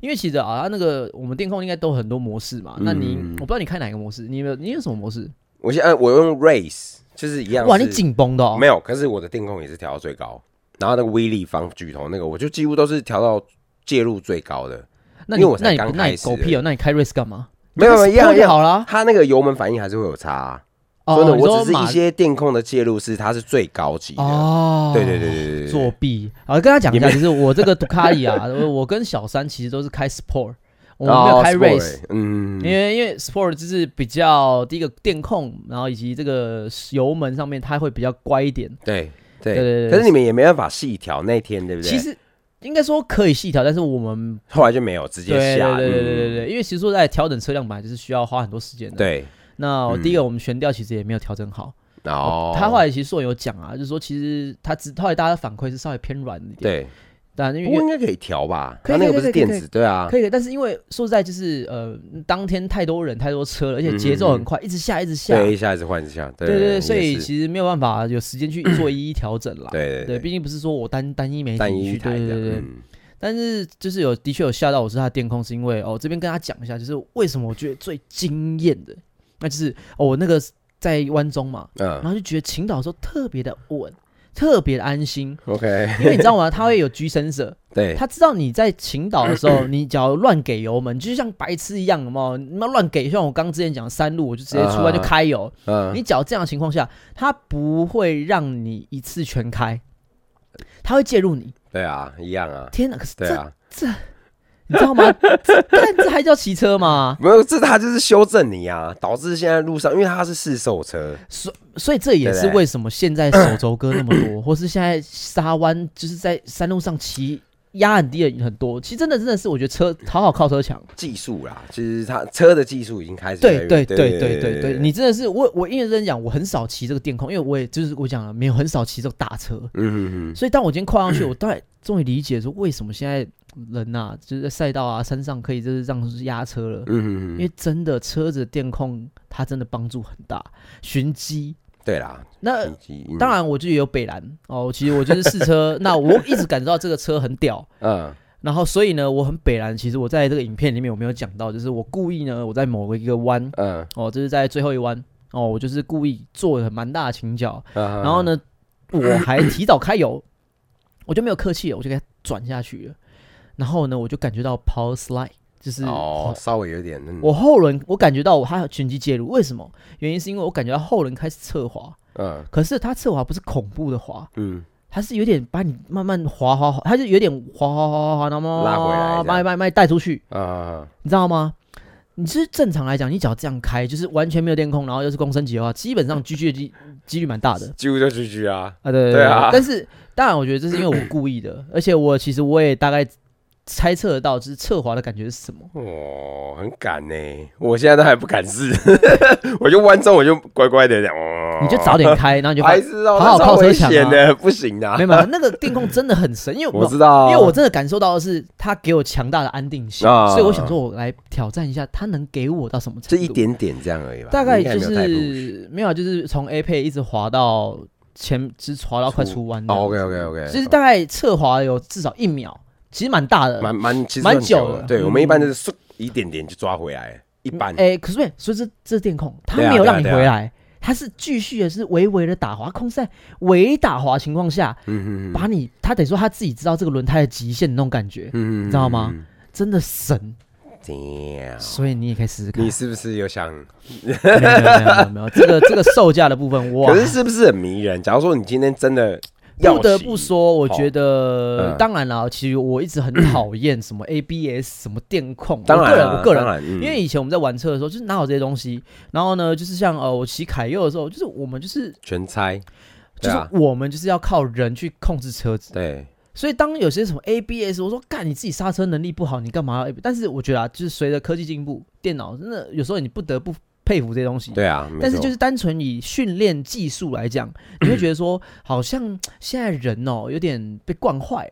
B: 因为其实啊，它那个我们电控应该都有很多模式嘛。那你
A: 嗯
B: 我不知道你开哪个模式，你有没有你有什么模式？
A: 我现在呃我用 Race 就是一样是。
B: 哇，你紧绷的哦
A: 没。有，可是我的电控也是调到最高，然后那个威力防举头那个，我就几乎都是调到介入最高的。
B: 那你
A: 因为我才
B: 那你
A: 刚
B: 那你
A: 开始
B: 狗屁哦，那你开 race 干嘛？
A: 没有没有一样一
B: 就
A: 样
B: 好啦。
A: 它那个油门反应还是会有差啊、
B: 哦，
A: 真的，
B: 你
A: 我
B: 说
A: 只是一
B: 马
A: 些电控的介入是它是最高级的。
B: 哦，
A: 对对对对对对，
B: 作弊啊！跟他讲一下，
A: 也
B: 就是我这个杜卡 里啊，我我跟小三其实都是开 Sport，我们没有
A: 哦
B: 开
A: Sport，
B: Race，、
A: 嗯，
B: 因为因为 Sport 就是比较第一个电控，然后以及这个油门上面它会比较乖一点，
A: 对对
B: 对对对
A: 可是你们也没办法细调那天，对不对？
B: 其实应该说可以细调，但是我们
A: 后来就没有直接
B: 对
A: 下，
B: 对对对对对
A: 嗯
B: 对，因为其实说实在调整车辆本来就是需要花很多时间的。，
A: 对，哦
B: 那第一
A: 嗯
B: 个我们悬吊其实也没有调整好，
A: 然后
B: 哦他后来其实硕有讲啊，就是说其实他只后来大家的反馈是稍微偏软一点，
A: 对，
B: 但因
A: 不过
B: 为
A: 应该可以调吧？
B: 可以
A: 他那个
B: 可
A: 不
B: 以
A: 是
B: 可以
A: 电
B: 可以
A: 子，对啊，
B: 可以，但是因为说实在就是呃，当天太多人太多车
A: 嗯
B: 了，而且节奏很快，一直下一直下，
A: 对，一下子换一下，对
B: 对对对，
A: 也
B: 所以
A: 是
B: 其实没有办法有时间去做一一调整啦。
A: 对对
B: 毕竟不是说我单单一媒
A: 单
B: 体
A: 一
B: 哎去，
A: 台
B: 对对
A: 的，
B: 对对。
A: 嗯，
B: 但是就是有的确有吓到我是他的电控，是因为哦这边跟他讲一下，就是为什么我觉得最惊艳的，那就是哦我那个在湾中嘛，然
A: 嗯
B: 后就觉得晴岛的时候特别的稳，特别的安心，
A: ，OK，
B: 因为你知道吗？他会有 G 声色，
A: 对，
B: 他知道你在晴岛的时 候，你假如乱给油门，你就像白痴一样，有没有？你要乱给，像我刚之前讲山路，我就直接出来就开油。
A: 嗯
B: 你只要这样的情况下，他不会让你一次全开，他会介入你。
A: 对啊，一样啊，
B: 天哪！可是
A: 对
B: 这、
A: 啊，
B: 你知道吗？这但这还叫骑车吗？
A: 没有，这他就是修正你啊，导致现在路上，因为他是试售车，
B: 所所以这也
A: 对
B: 是
A: 不对
B: 为什么现在手轴哥那么 多，或是现在沙湾就是在山路上骑压很低的人很多。其实真的真的是，我觉得车好好靠车强。
A: 技术啦，其实他车的技术已经开始越来
B: 对
A: 越，
B: 对
A: 对
B: 对对对对，你真的是我我因为真的讲，我很少骑这个电控，因为我也就是我讲了，没有很少骑这个大车，
A: 嗯嗯嗯，
B: 所以当我今天跨上去，我大概终于理解说为什么现在人呐、就是在赛道啊、山上可以就是让压车了，
A: 嗯
B: 因
A: 嗯嗯，
B: 为真的车子的电控它真的帮助很大，寻机。
A: 对啦，
B: 那
A: 以及嗯
B: 呃当然，我就也有北兰哦。其实我就是试车，那我一直感觉到这个车很屌，
A: 嗯，
B: 然后所以呢，我很北兰。其实我在这个影片里面我没有讲到，就是我故意呢，我在某个一个弯
A: 嗯
B: 哦，这是在最后一弯哦，我就是故意做了蛮大的倾角，
A: 嗯，
B: 然后呢，我还提早开油，我就没有客气了，我就给它转下去了。然后呢，我就感觉到 power slide，就是
A: 哦
B: 哦，
A: 稍微有点，嗯
B: 我后轮我感觉到我它有拳击介入，为什么？原因是因为我感觉到后轮开始侧滑，
A: 嗯
B: 可是它侧滑不是恐怖的滑，
A: 嗯，
B: 它是有点把你慢慢滑滑滑，它就有点滑滑滑滑滑，然后
A: 拉回来这样
B: 慢慢慢慢带出去，
A: 啊，
B: 你知道吗？你是正常来讲，你只要这样开，就是完全没有电控，然后又是公升级的话，基本上 GG 的机几率蛮大的。
A: 几乎就 GG 啊，
B: 啊，对对
A: 对啊
B: 但是当然，我觉得这是因为我故意的，而且我其实我也大概猜测得到，就是侧滑的感觉是什么。
A: 哦，很敢呢，我现在都还不敢试， 我就弯中我就乖乖的，哦，
B: 你就早点开，然后你就发
A: 还
B: 现
A: 是哦，
B: 好好
A: 那
B: 靠
A: 超
B: 车
A: 危
B: 抢啊
A: 险的，不行啊
B: 没，有没有，那个电控真的很神，因为
A: 我知道
B: 因
A: 啊，
B: 为我真的感受到的是它给我强大的安定性，
A: 啊
B: 所以我想说，我来挑战一下它能给我到什么程
A: 这
B: 度。
A: 一点点这样而已吧，
B: 大概
A: 应该
B: 就
A: 没有太 push
B: 是没有啊，就是从 A 配一直滑到前，只滑到快
A: 出
B: 出弯这样。
A: OK OK 哦 OK，
B: 嗯就是大概侧滑有至少一秒，其实蛮大的，
A: 蛮蛮其实
B: 蛮
A: 很
B: 久
A: 的，
B: 了
A: 对
B: 嗯
A: 我们一般就是嗖一点点就抓回来，一般
B: 哎、可是喂，所以这这电控它
A: 对啊
B: 没有
A: 对啊
B: 让你
A: 对啊
B: 回来，它是继续的是微微的打滑，控制在微打滑情况下，
A: 嗯嗯
B: 把你他得说他自己知道这个轮胎的极限的那种感觉，
A: 嗯
B: 你知道吗？真的神，
A: damn
B: 所以你也可以试试
A: 哦
B: 看。
A: 你是不是有想？
B: 没有没有没有没有没有，这个这个售价的 部分，哇
A: 可，是是不是很迷人？假如说你今天真的要
B: 不得
A: 骑
B: 不，说，我觉
A: 哦
B: 得、
A: 嗯
B: 当然了，其实我一直很讨 厌什么 ABS 什么电控，
A: 当然
B: 我个人
A: 啊
B: 我个人
A: 当然嗯
B: 因为以前我们在玩车的时候，就是哪有这些东西。然后呢，就是像呃，我骑凯佑的时候，就是我们就是
A: 全拆，
B: 就
A: 对
B: 是
A: 啊
B: 我们就是要靠人去控制车子，
A: 对，
B: 所以当有些什么 ABS，我说干你自己刹车能力不好，你干嘛要 ABS？但是我觉得啊，就是随着科技进步，电脑真的有时候你不得不佩服这些东西。
A: 对啊，没
B: 但是
A: 错
B: 就是单纯以训练技术来讲，你会觉得说好像现在人哦有点被惯坏了。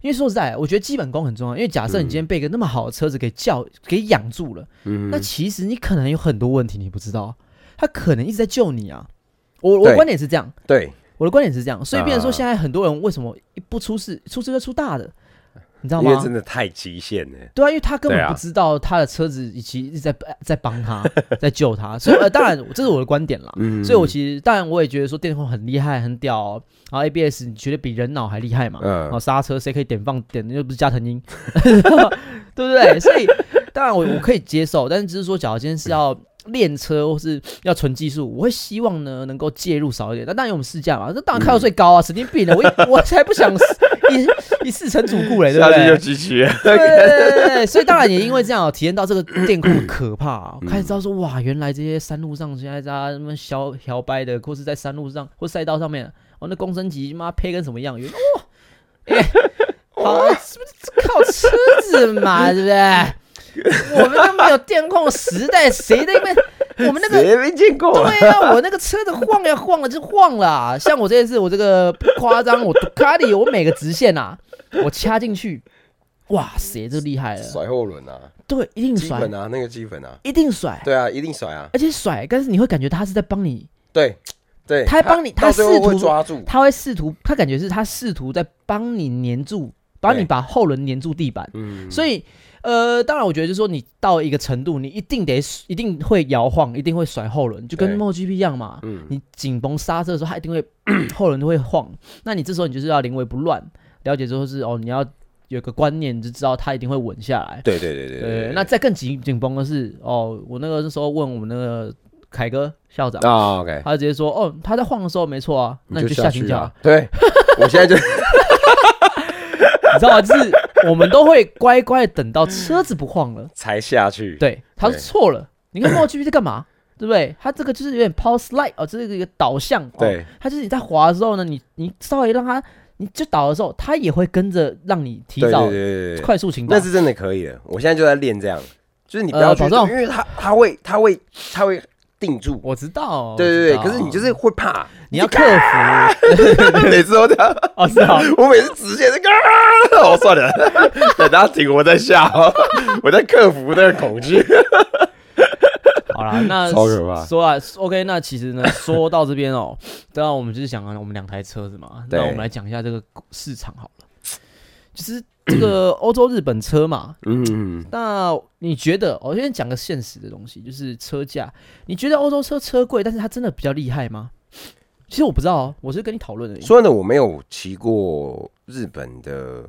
B: 因为说实在，我觉得基本功很重要。因为假设你今天被一个那么好的车子给叫给养住了，
A: 嗯
B: 那其实你可能有很多问题你不知道，他可能一直在救你啊。我我
A: 对
B: 的观点是这样，
A: 对，
B: 我的观点是这样，所以变成说
A: 啊
B: 现在很多人为什么一不出事，出事就出大的，你知道
A: 因为
B: 吗
A: 真？的太极限了，
B: 对啊，因为他根
A: 对
B: 本
A: 啊
B: 不知道他的车子以及一直在在帮他，在救他，所以呃，当然这是我的观点啦。
A: 嗯
B: 所以我其实当然我也觉得说电控很厉害很屌、哦，然后 ABS 你觉得比人脑还厉害嘛？
A: 嗯
B: 然后刹车谁可以点放点，又不是加藤 鹰，对不对？所以当然我我可以接受，但是只是说，假如今天是要练车或是要纯技术，我会希望呢能够介入少一点。那当然有我们试驾嘛，那当然开到最高啊，神经病了，我一我才不想 一一试成主顾嘞，对不
A: 下去就
B: 对？
A: GG 了，
B: 对对对对，所以当然也因为这样，体验到这个电控的可怕、啊，我开始知道说哇，原来这些山路上现在大家那么小摇摆的，或是在山路上或赛道上面，哦，哦，那公升级妈配跟什么样？原来哇，哎、好，是不是靠车子嘛，对不对？我们都没有电控时代，谁在那边？我们那个
A: 谁没见 过啊？
B: 对啊，我那个车子晃呀晃了就晃 了啊、像我这一次，我这个不夸张，我卡里我每个直线 啊，我掐进去，哇塞，这厉害了！
A: 甩后轮啊，
B: 对，一定
A: 基
B: 甩
A: 本，啊，那个基本啊，
B: 一定甩，
A: 对啊，一定甩啊，
B: 而且甩，但是你会感觉他是在帮你，
A: 对对，
B: 他还帮你他
A: 到最后
B: 试图
A: 会抓住，
B: 他会试图，他感觉是他试图在帮你粘住，帮你
A: 对
B: 把后轮粘住地板。
A: 嗯，
B: 所以，呃，当然，我觉得就是说，你到一个程度，你一定得一定会摇晃，一定会甩后轮，就跟
A: 对
B: MotoGP 一样嘛。
A: 嗯
B: 你紧绷刹车的时候，它一定会 后轮都会晃。那你这时候你就是要临危不乱，了解之后是哦，你要有个观念，你就知道它一定会稳下来。
A: 对对对对对，
B: 那再更紧紧绷的是哦，我那个时候问我们那个凯哥校长，
A: 啊 OK，
B: 他直接说哦，他在晃的时候没错啊，那你就下停
A: 去
B: 脚，
A: 啊，对， 我现在就
B: 你知道吗？就是我们都会乖乖地等到车子不晃了。
A: 才下去，
B: 对，他说
A: 对
B: 错了。你看 MotoGP 在 干嘛？对不对？它这个就是有点 p o w slide 哦，这是一个导向。哦、
A: 对，
B: 它就是你在滑的时候呢，你你稍微让它，你就倒的时候，它也会跟着让你提
A: 对对
B: 早
A: 对对对对，
B: 快速倾倒
A: 那。是真的可以的，我现在就在练这样，就是你不要
B: 呃
A: 去
B: 保
A: 做，
B: 重
A: 因为他他会他会他会定住，
B: 我知道，
A: 对
B: 我
A: 对
B: 哦知
A: 对，
B: 道
A: 可是你就是会 怕，
B: 你要克服
A: 每次都这样，
B: 哦，是啊，
A: 我每次直接是个， 哦，算 了，等他停，我再下， 我在克服那个恐惧。
B: 好啦，那
A: 超可怕
B: 说啊，OK，那其实呢，说到这边哦， 当然我们就是讲啊，我们两台车子嘛，
A: 对
B: 那我们来讲一下这个市场好了，就是这个欧洲日本车嘛，
A: 嗯，
B: 那你觉得，我先讲个现实的东西，就是车价。你觉得欧洲车车贵，但是它真的比较厉害吗？其实我不知道哦，我是跟你讨论而已。
A: 说真的，我没有骑过日本的，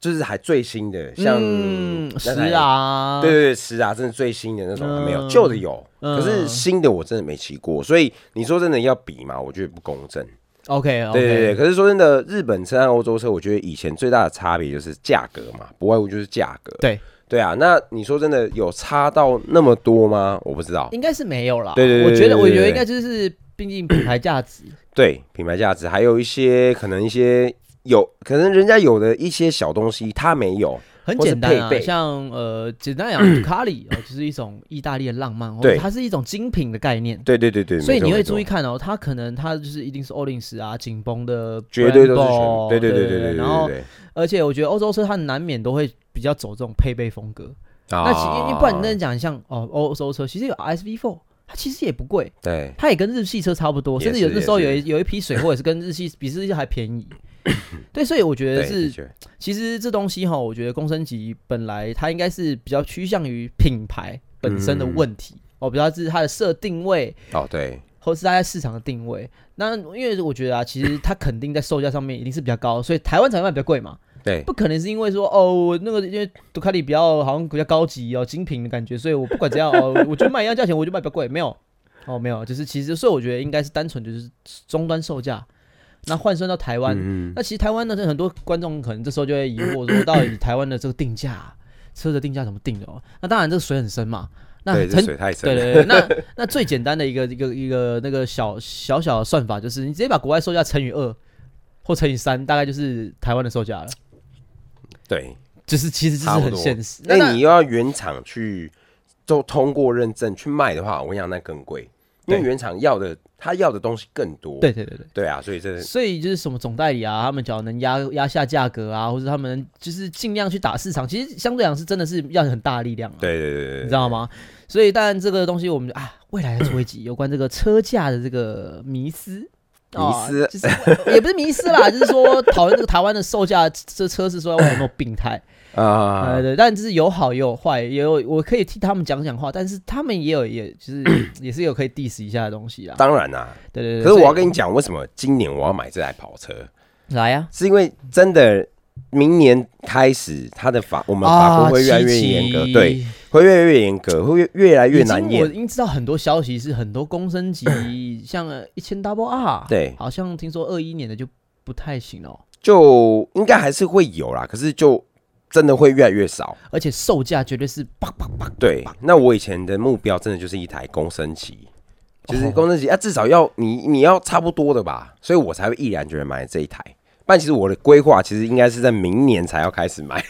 A: 就是还最新的，像
B: 嗯，
A: 那
B: 十
A: 台，
B: 啊，
A: 对对对，十啊，真的最新的那种还没有，
B: 嗯
A: 旧的有，
B: 嗯
A: 可是新的我真的没骑过，所以你说真的要比嘛，我觉得不公正。
B: ，OK，
A: 对对对，可是说真的，日本车和欧洲车，我觉得以前最大的差别就是价格嘛，不外乎就是价格。
B: 对
A: 对啊，那你说真的有差到那么多吗？我不知道。
B: 应该是没有
A: 哦
B: 啦。
A: 对对对
B: 我觉
A: 对
B: 得，
A: 对
B: 我觉得
A: 对
B: 应该就是，毕竟品牌价值。
A: 对，品牌价值，还有一些可能一些有，可能人家有的一些小东西，它没有。
B: 很简单
A: 或
B: 啊
A: 是配，备
B: 像呃，简 单讲，卡里哦，就是一种意大利的浪漫，或者
A: 对
B: 它是一种精品的概念。
A: 对对对对，
B: 所以
A: 没错
B: 你会
A: 没错
B: 注意看哦，它可能它就是一定是欧林斯啊、紧绷的 Brembo，
A: 绝对都是全，对对对对对对
B: 然后
A: 对。
B: 而且我觉得欧洲车它难免都会比较走这种配备风格。
A: 那
B: 那其
A: 啊
B: 实不然你真的讲像哦欧洲车，其实有 SV4，它其实也不贵，
A: 对
B: 它也跟日系车差不多，
A: 也
B: 甚
A: 是
B: 至有那时候有
A: 也
B: 一有一批水货也是跟日系 比日系还便宜。对，所以我觉
A: 对
B: 得
A: 的
B: 是，
A: 确
B: 其实这东西哈，我觉得公升级本来它应该是比较趋向于品牌本身的
A: 嗯
B: 问题，哦，比较是它的设定位，
A: 哦对
B: 或是它在市场的定位。那因为我觉得啊，其实它肯定在售价上面一定是比较高，所以台湾才卖比较贵嘛。
A: 对
B: 不可能是因为说哦，那个因为杜卡迪比较好像比较高级哦，精品的感觉，所以我不管怎样哦，我就卖一样价钱，我就卖比较贵，没有哦，没有，就是其实所以我觉得应该是单纯就是终端售价，那换算到台湾，
A: 嗯
B: 那其实台湾呢，很多观众可能这时候就会疑惑说，到底台湾的这个定价，车的定价怎么定的哦？那当然这个水很深嘛，那
A: 对
B: 很
A: 这水太
B: 对
A: 深了，
B: 对对，那那最简单的一个一个一个那个小小小的算法，就是你直接把国外售价乘以二或乘以三，大概就是台湾的售价了。
A: 对。
B: 就是其实就是
A: 差不
B: 很
A: 多
B: 现实。
A: 那你又要原厂去都通过认证去卖的话，我跟你讲那更贵，因为
B: 对
A: 原厂要的他要的东西更多。
B: 对对对对，
A: 对啊，所以这是
B: 所以就是什么总代理啊，他们只要能压压下价格啊，或者他们就是尽量去打市场，其实相对讲是真的是要很大力量啊，
A: 对对对对
B: 你
A: 对
B: 知道吗？所以当然这个东西我们啊，未来要做一集有关这个车价的这个迷思。
A: 迷思
B: 哦、就是也不是迷思啦， 就是说讨论这个台湾的售价，这车是说哇有没有病态？
A: 啊
B: 呃，，对，但就是有好也有坏，也有我可以替他们讲讲话，但是他们也有，也 就是也是有可以 diss 一下的东西啦。
A: 当然啦。
B: 对对对。
A: 可是我要
B: 所以
A: 跟你讲，为什么今年我要买这台跑车，
B: 来啊呀、
A: 是因为真的。明年开始，它的法我们
B: 啊
A: 法规会越来越严格，对，，会越来越严格，会越越来越难
B: 已经啊我已
A: 念。
B: 经知道很多消息是很多公升级，像一千 double R，，
A: 对，
B: 好像听说二一年的就不太行了哦，
A: 就应该还是会有啦，可是就真的会越来越少。
B: 而且售价绝对是啪啪啪。
A: 对，那我以前的目标真的就是一台公升级，就是公
B: 哦
A: 升级啊，至少要你你要差不多的吧，所以我才会毅然决然买这一台。不然其实我的规划其实应该是在明年才要开始买，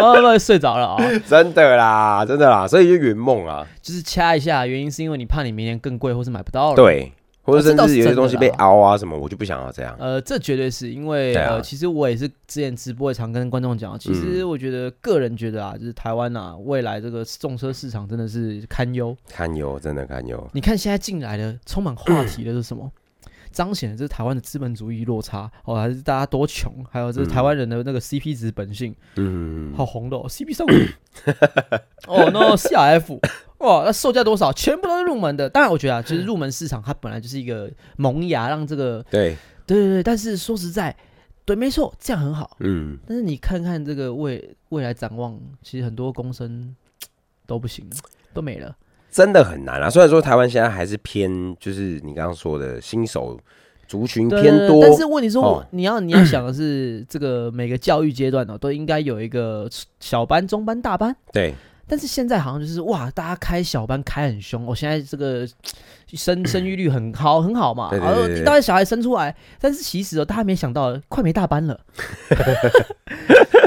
B: 哦，不睡着 了啊、
A: 真的啦，真的啦，所以就圆梦啊，
B: 就是掐一下，原因是因为你怕你明年更贵或是买不到了。，
A: 对，或者
B: 哦这
A: 甚
B: 倒是
A: 至有些
B: 真的
A: 东西被
B: 啦
A: 凹啊什么，我就不想要这样。
B: 呃，这绝对是因为、
A: 对啊
B: 呃，其实我也是之前直播也常跟观众讲，其实我觉得个人觉得啊，就是台湾啊，未来这个重车市场真的是堪忧。
A: 堪忧，真的堪忧，
B: 你看现在进来的充满话题的是什么？彰显的这是台湾的资本主义落差哦，还是大家多穷，还有这是台湾人的那个 CP 值本性，
A: 嗯，
B: 好红的哦，CP 上哦，no CRF，哇，那售价多少？全部都是入门的。当然，我觉得啊，其实入门市场它本来就是一个萌芽，让这个
A: 对，
B: 对对对。但是说实在，对，没错，这样很好。
A: 嗯，
B: 但是你看看这个未未来展望，其实很多公升都不行了，都没了。
A: 真的很难啊。虽然说台湾现在还是偏，就是你刚刚说的新手族群
B: 对
A: 偏
B: 对
A: 多，
B: 但是问题是，我
A: 哦
B: 你要你要想的是，这个每个教育阶段呢、都应该有一个小班、中班、大班。
A: 对，
B: 但是现在好像就是哇，大家开小班开很凶，我、现在这个 生生育率很好很好嘛，
A: 对对
B: 然后
A: 对对
B: 一大堆小孩生出来，但是其实哦，大家没想到快没大 班了，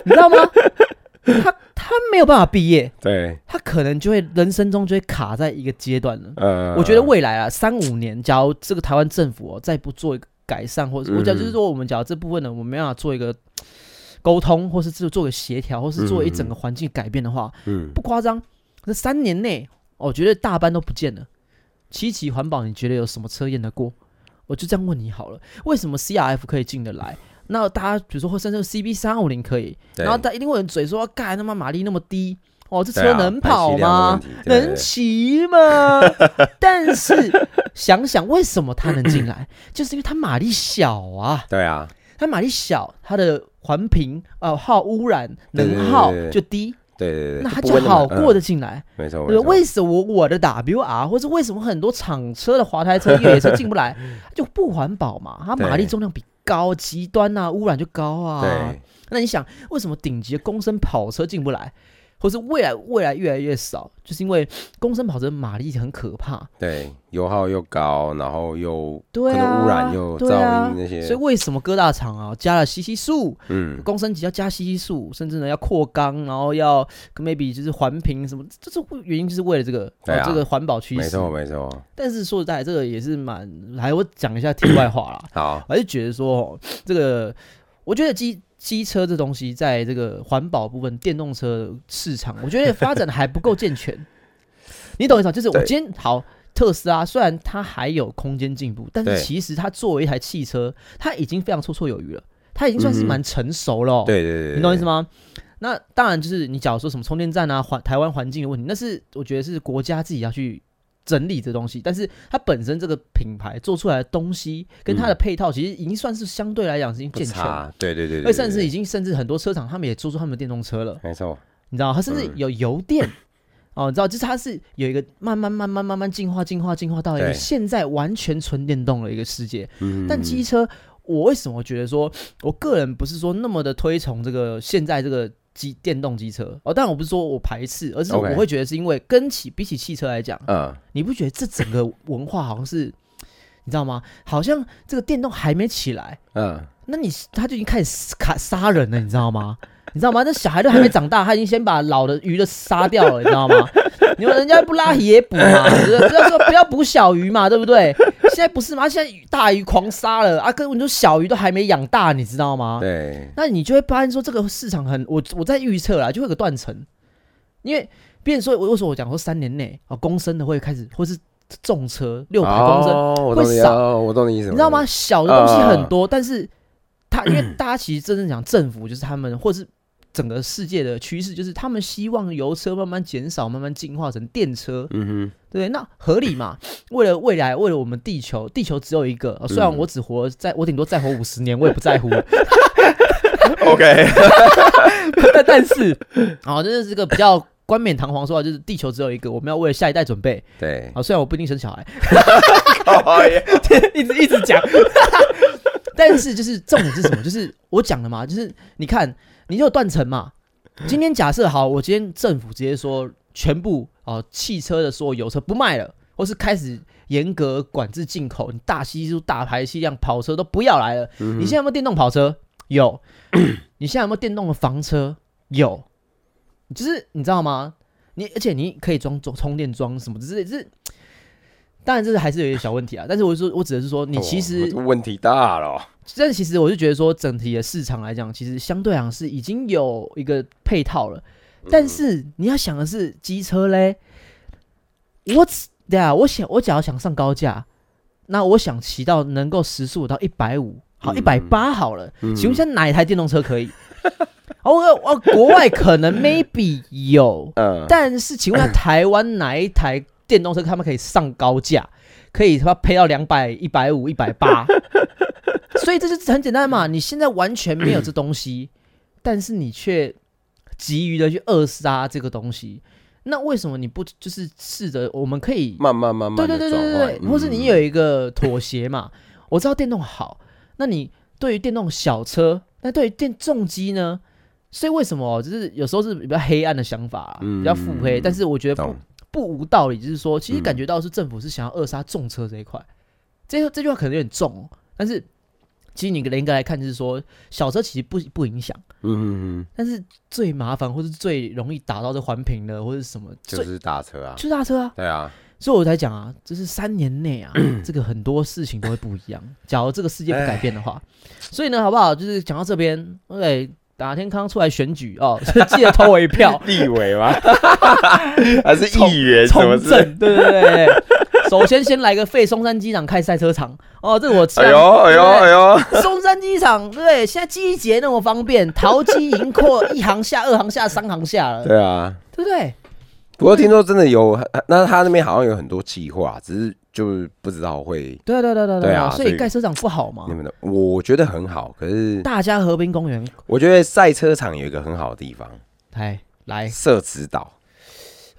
B: 你知道吗？他他没有办法毕业，
A: 对，
B: 他可能就会人生中就会卡在一个阶段了。
A: 呃，
B: 我觉得未来啊，三五年，假如这个台湾政府哦再不做一个改善，或者我讲
A: 嗯
B: 就是说，我们讲这部分呢，我们没办法做一个沟通，或是做做个协调，或是做一整个环境改变的话，
A: 嗯，
B: 不夸张，这三年内，我觉得大班都不见了。七期环保，你觉得有什么车验得过？我就这样问你好了，为什么 CRF 可以进得来？那大家比如说，或甚至 CB 三五零可以，
A: 对
B: 然后他一定会有人嘴说，干他妈马力那么低，哦，这
A: 对
B: 车
A: 啊
B: 能
A: 排
B: 跑
A: 气量的
B: 吗
A: 问？题对对
B: 能
A: 对
B: 骑吗？ 但是想想为什么它能进 来，就是因为它马力小啊，
A: 对啊，
B: 它马力小，它的环评呃耗污染
A: 对对对
B: 能耗
A: 对对
B: 就低，
A: 对对对，
B: 那它
A: 不
B: 就
A: 会么
B: 好过
A: 嗯
B: 的进来。
A: 没错，没
B: 对不对，
A: 错，
B: 为什么我的 WR 或者为什么很多厂车的滑胎车、越野车进 不来，它就不环保嘛？它马力
A: 对
B: 重量比高，极端呐、污染就高啊。
A: 对，
B: 那你想，为什么顶级的公升跑车进不来，或是未来未来越来越少，就是因为公升跑车马力很可怕，
A: 对，油耗又高，然后又
B: 对
A: 可
B: 啊，
A: 能污染又
B: 对啊
A: 噪音那些
B: 所以为什么各大厂啊加了吸吸数，
A: 嗯，
B: 公升级要加吸吸数，甚至呢要扩缸，然后要 maybe 就是环评什么，这这原因就是为了这个、
A: 对啊
B: 哦这个环保趋
A: 没
B: 势。
A: 错没错，
B: 但是说实在，这个也是蛮，还我讲一下题外话啦，
A: 好，
B: 我还是觉得说 哦，这个我觉得机机车这东西在这个环保部分，电动车市场，我觉得发展得还不够健全。 你懂我意思吗？就是我
A: 对
B: 今天好。特斯拉虽然它还有空间进步，但是
A: 对
B: 其实它作为一台汽车，它已经非常绰绰有余了，它已经算是
A: 嗯哼
B: 蛮成熟了、哦。
A: 对对对对，
B: 你懂我意思
A: 吗？
B: 吗？那当然就是你假如说什么充电站啊、环台湾环境的问题，那是我觉得是国家自己要去整理这东西。但是它本身这个品牌做出来的东西跟它的配套，其实已经算是相对来讲已经
A: 不
B: 健全了。
A: 嗯差，对对对对，
B: 而甚
A: 对
B: 至
A: 对
B: 已经甚至很多车厂他们也做出他们的电动车了，
A: 没错，
B: 你知道吗，它甚至
A: 嗯
B: 有油电。 哦，你知道，就是它是有一个慢慢、慢慢、慢慢进化、进化、进化到一个
A: 对
B: 现在完全纯电动的一个世界。
A: 嗯，
B: 但
A: 机
B: 机车，我为什么觉得说，我个人不是说那么的推崇这个现在这个机电动机车哦，但我不是说我排斥，而是我
A: OK
B: 会觉得是因为跟起比起汽车来讲，
A: 嗯，
B: 你不觉得这整个文化好像是，你知道吗？好像这个电动还没起来，
A: 嗯，
B: 那你他就已经开始卡杀人了，你知道吗？你知道吗？那小孩都还没长大，他已经先把老的鱼都杀掉了，你知道吗？你说人家不拉也捕嘛，就是不要说不要捕小鱼嘛，对不对？现在不是嘛？现在大鱼狂杀了啊，跟你说小鱼都还没养大，你知道吗？
A: 对，
B: 那你就会发现说这个市场很，我我在预测啦，就会有个断层，因为别人说我为什么我讲说三年内啊，公升的会开始，或是重车六百公升，
A: 哦我
B: 会
A: 懂你，
B: 少
A: 哦我懂你意思，
B: 你知道
A: 我懂
B: 吗？
A: 意思？
B: 小的东西很多，但是他因为大家其实真正讲政府就是他们，或是整个世界的趋势，就是他们希望油车慢慢减少，慢慢进化成电车，
A: 嗯
B: 对不对？那合理嘛？为了未来，为了我们地球，地球只有一个，呃虽然
A: 嗯
B: 我只活在我顶多再活五十年，我也不在乎，
A: 哼，OK，
B: 但但是，啊，这是个比较。冠冕堂皇说话就是地球只有一个，我们要为了下一代准备
A: 对，
B: 啊！虽然我不一定生小孩，
A: 哦耶
B: 一直一直讲。 但是就是重点是什么？就是我讲了嘛， 就是你看，你就有断层嘛。今天假设好，我今天政府直接说全部哦、汽车的所有油车不卖了，或是开始严格管制进口，你大吸数、大排气量跑车都不要来了。你现在有没有电动跑车？有。你现在有没有电动的房车？有。就是你知道吗？你而且你可以装充充电桩什么之类，就是。当然，这是还是有一些小问题啊。但是我是说，我只是 说，你其
A: 哦
B: 实
A: 这问题大了，
B: 但是其实我就觉得说，整体的市场来讲，其实相对来讲是已经有一个配套了。但是
A: 嗯
B: 你要想的是机车嘞，我只对啊，我想我假如想上高架，那我想骑到能够时速到一百五，好
A: 嗯
B: 一百八好了。
A: 嗯
B: 请问一下，哪一台电动车可以？ 哦，我我国外可能 maybe 有，
A: 嗯，
B: 但是请问一下，台湾哪一台电动车他们可以上高架，可以他妈配到两百、一百五、一百八？所以这就是很简单嘛，你现在完全没有这东西，但是你却急于的去扼杀这个东西，那为什么你不就是试着我们可以
A: 慢慢慢慢
B: 对
A: 地
B: 对对对
A: 转换嗯
B: 对对，或是你有一个妥协嘛？我知道电动好，那你对于电动小车，那对于电重机呢？所以为什么就是有时候是比较黑暗的想法、啊，比较腹黑，
A: 嗯
B: 但是我觉得不
A: 懂
B: 不无道理，就是说，其实
A: 嗯
B: 感觉到是政府是想要扼杀重车这一块。这这句话可能有点重哦，但是其实你严格来看，就是说小车其实不不影响，
A: 嗯嗯嗯，
B: 但是最麻烦或是最容易打到这环评的或者什么，
A: 就
B: 最
A: 是大车啊，
B: 就是大车啊，
A: 对啊，，
B: 所以我才讲啊，就是三年内啊，这个很多事情都会不一样。假如这个世界不改变的话，所以呢，好不好？就是讲到这边，OK，打天康出来选举哦，记得投我一票
A: 立委 吗？还是
B: 从
A: 议员 什么
B: 从
A: 之类的？
B: 政，对对对对。首先先来个废松山机场开赛车场哦，这个我
A: 哎呦哎呦哎呦！
B: 呦，松山机场对不对，现在机捷那么方便，淘机盈阔一行下、二行下、三行下了，
A: 对啊，
B: 对不对？
A: 不过听说真的有，那他那边好像有很多计划，只是就是不知道会
B: 对啊对啊对啊对
A: 对
B: 啊，
A: 啊
B: 所
A: 所
B: 以
A: 以嗯
B: 盖车场不好嘛
A: 你，们的，我觉得很好。可是
B: 大家河滨公园，
A: 我觉得赛车场有一个很好的地方，
B: 来来，
A: 社子岛。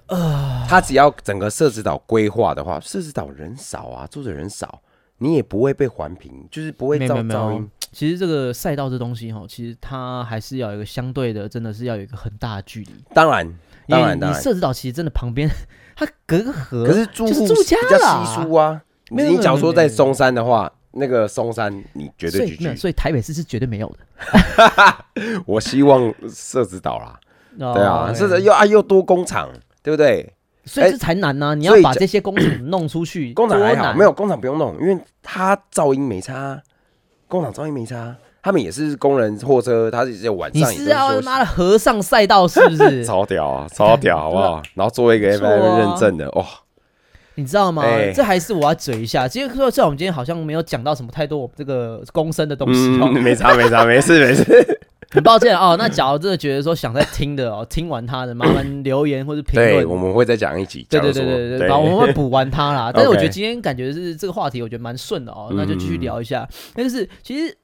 A: 呃，他只要整个社子岛规划的话，社子岛人少啊，住的人少，你也不会被环评，就是不会
B: 没有
A: 造
B: 没有没哦
A: 噪
B: 有
A: 音。，
B: 其实这个赛道这东西哈，其实它还是要有一个相对的，真的是要有一个很大的距离。
A: 当然，
B: 因
A: 当
B: 为
A: 然，
B: 你
A: 当然。
B: 设置岛其实真的旁边 它隔个河，
A: 可是住户
B: 就是住家
A: 比较
B: 啦
A: 稀疏啊。
B: 没有没有
A: 你假如说
B: 没有没
A: 在
B: 有
A: 松山的话，那个松山你绝
B: 所
A: 对
B: 以
A: 拒
B: 没有，
A: 绝。
B: 所以台北市是绝对没有的。
A: 我希望社子岛啦，
B: 哦
A: 对啊，社
B: 的
A: 子，又啊又多工厂，对不对？
B: 所以
A: 哎
B: 这才难呢、啊你要
A: 所以
B: 把
A: 讲
B: 这些工厂弄出去，
A: 工厂还
B: 多
A: 好，
B: 难
A: 没有工厂不用弄，因为它噪音没差啊，工厂噪音没差啊。他们也是工人货车，他也是晚
B: 你
A: 上也
B: 是
A: 在
B: 要他
A: 休息
B: 妈的河上赛道是 不是？
A: 超屌啊，超屌 好不好？然后做一个
B: 不错
A: F
B: 啊
A: M 认证的，哇，
B: 你知道吗？
A: 哎
B: 这还是我要嘴一下。其实说虽然我们今天好像没有讲到什么太多我们这个公生的东西哦，
A: 嗯，没差没 差，没事没事。
B: 很抱歉哦。那假如真的觉得说想再听的哦，听完他的，麻烦留言或者评
A: 对，
B: 论
A: 我。们会再讲一集，
B: 对
A: 假如
B: 对对
A: 说
B: 对对，然后我们会补完它啦。但是我觉得今天感觉是这个话题，我觉得蛮顺的哦，那就
A: 嗯
B: 继续聊一下。那就是其实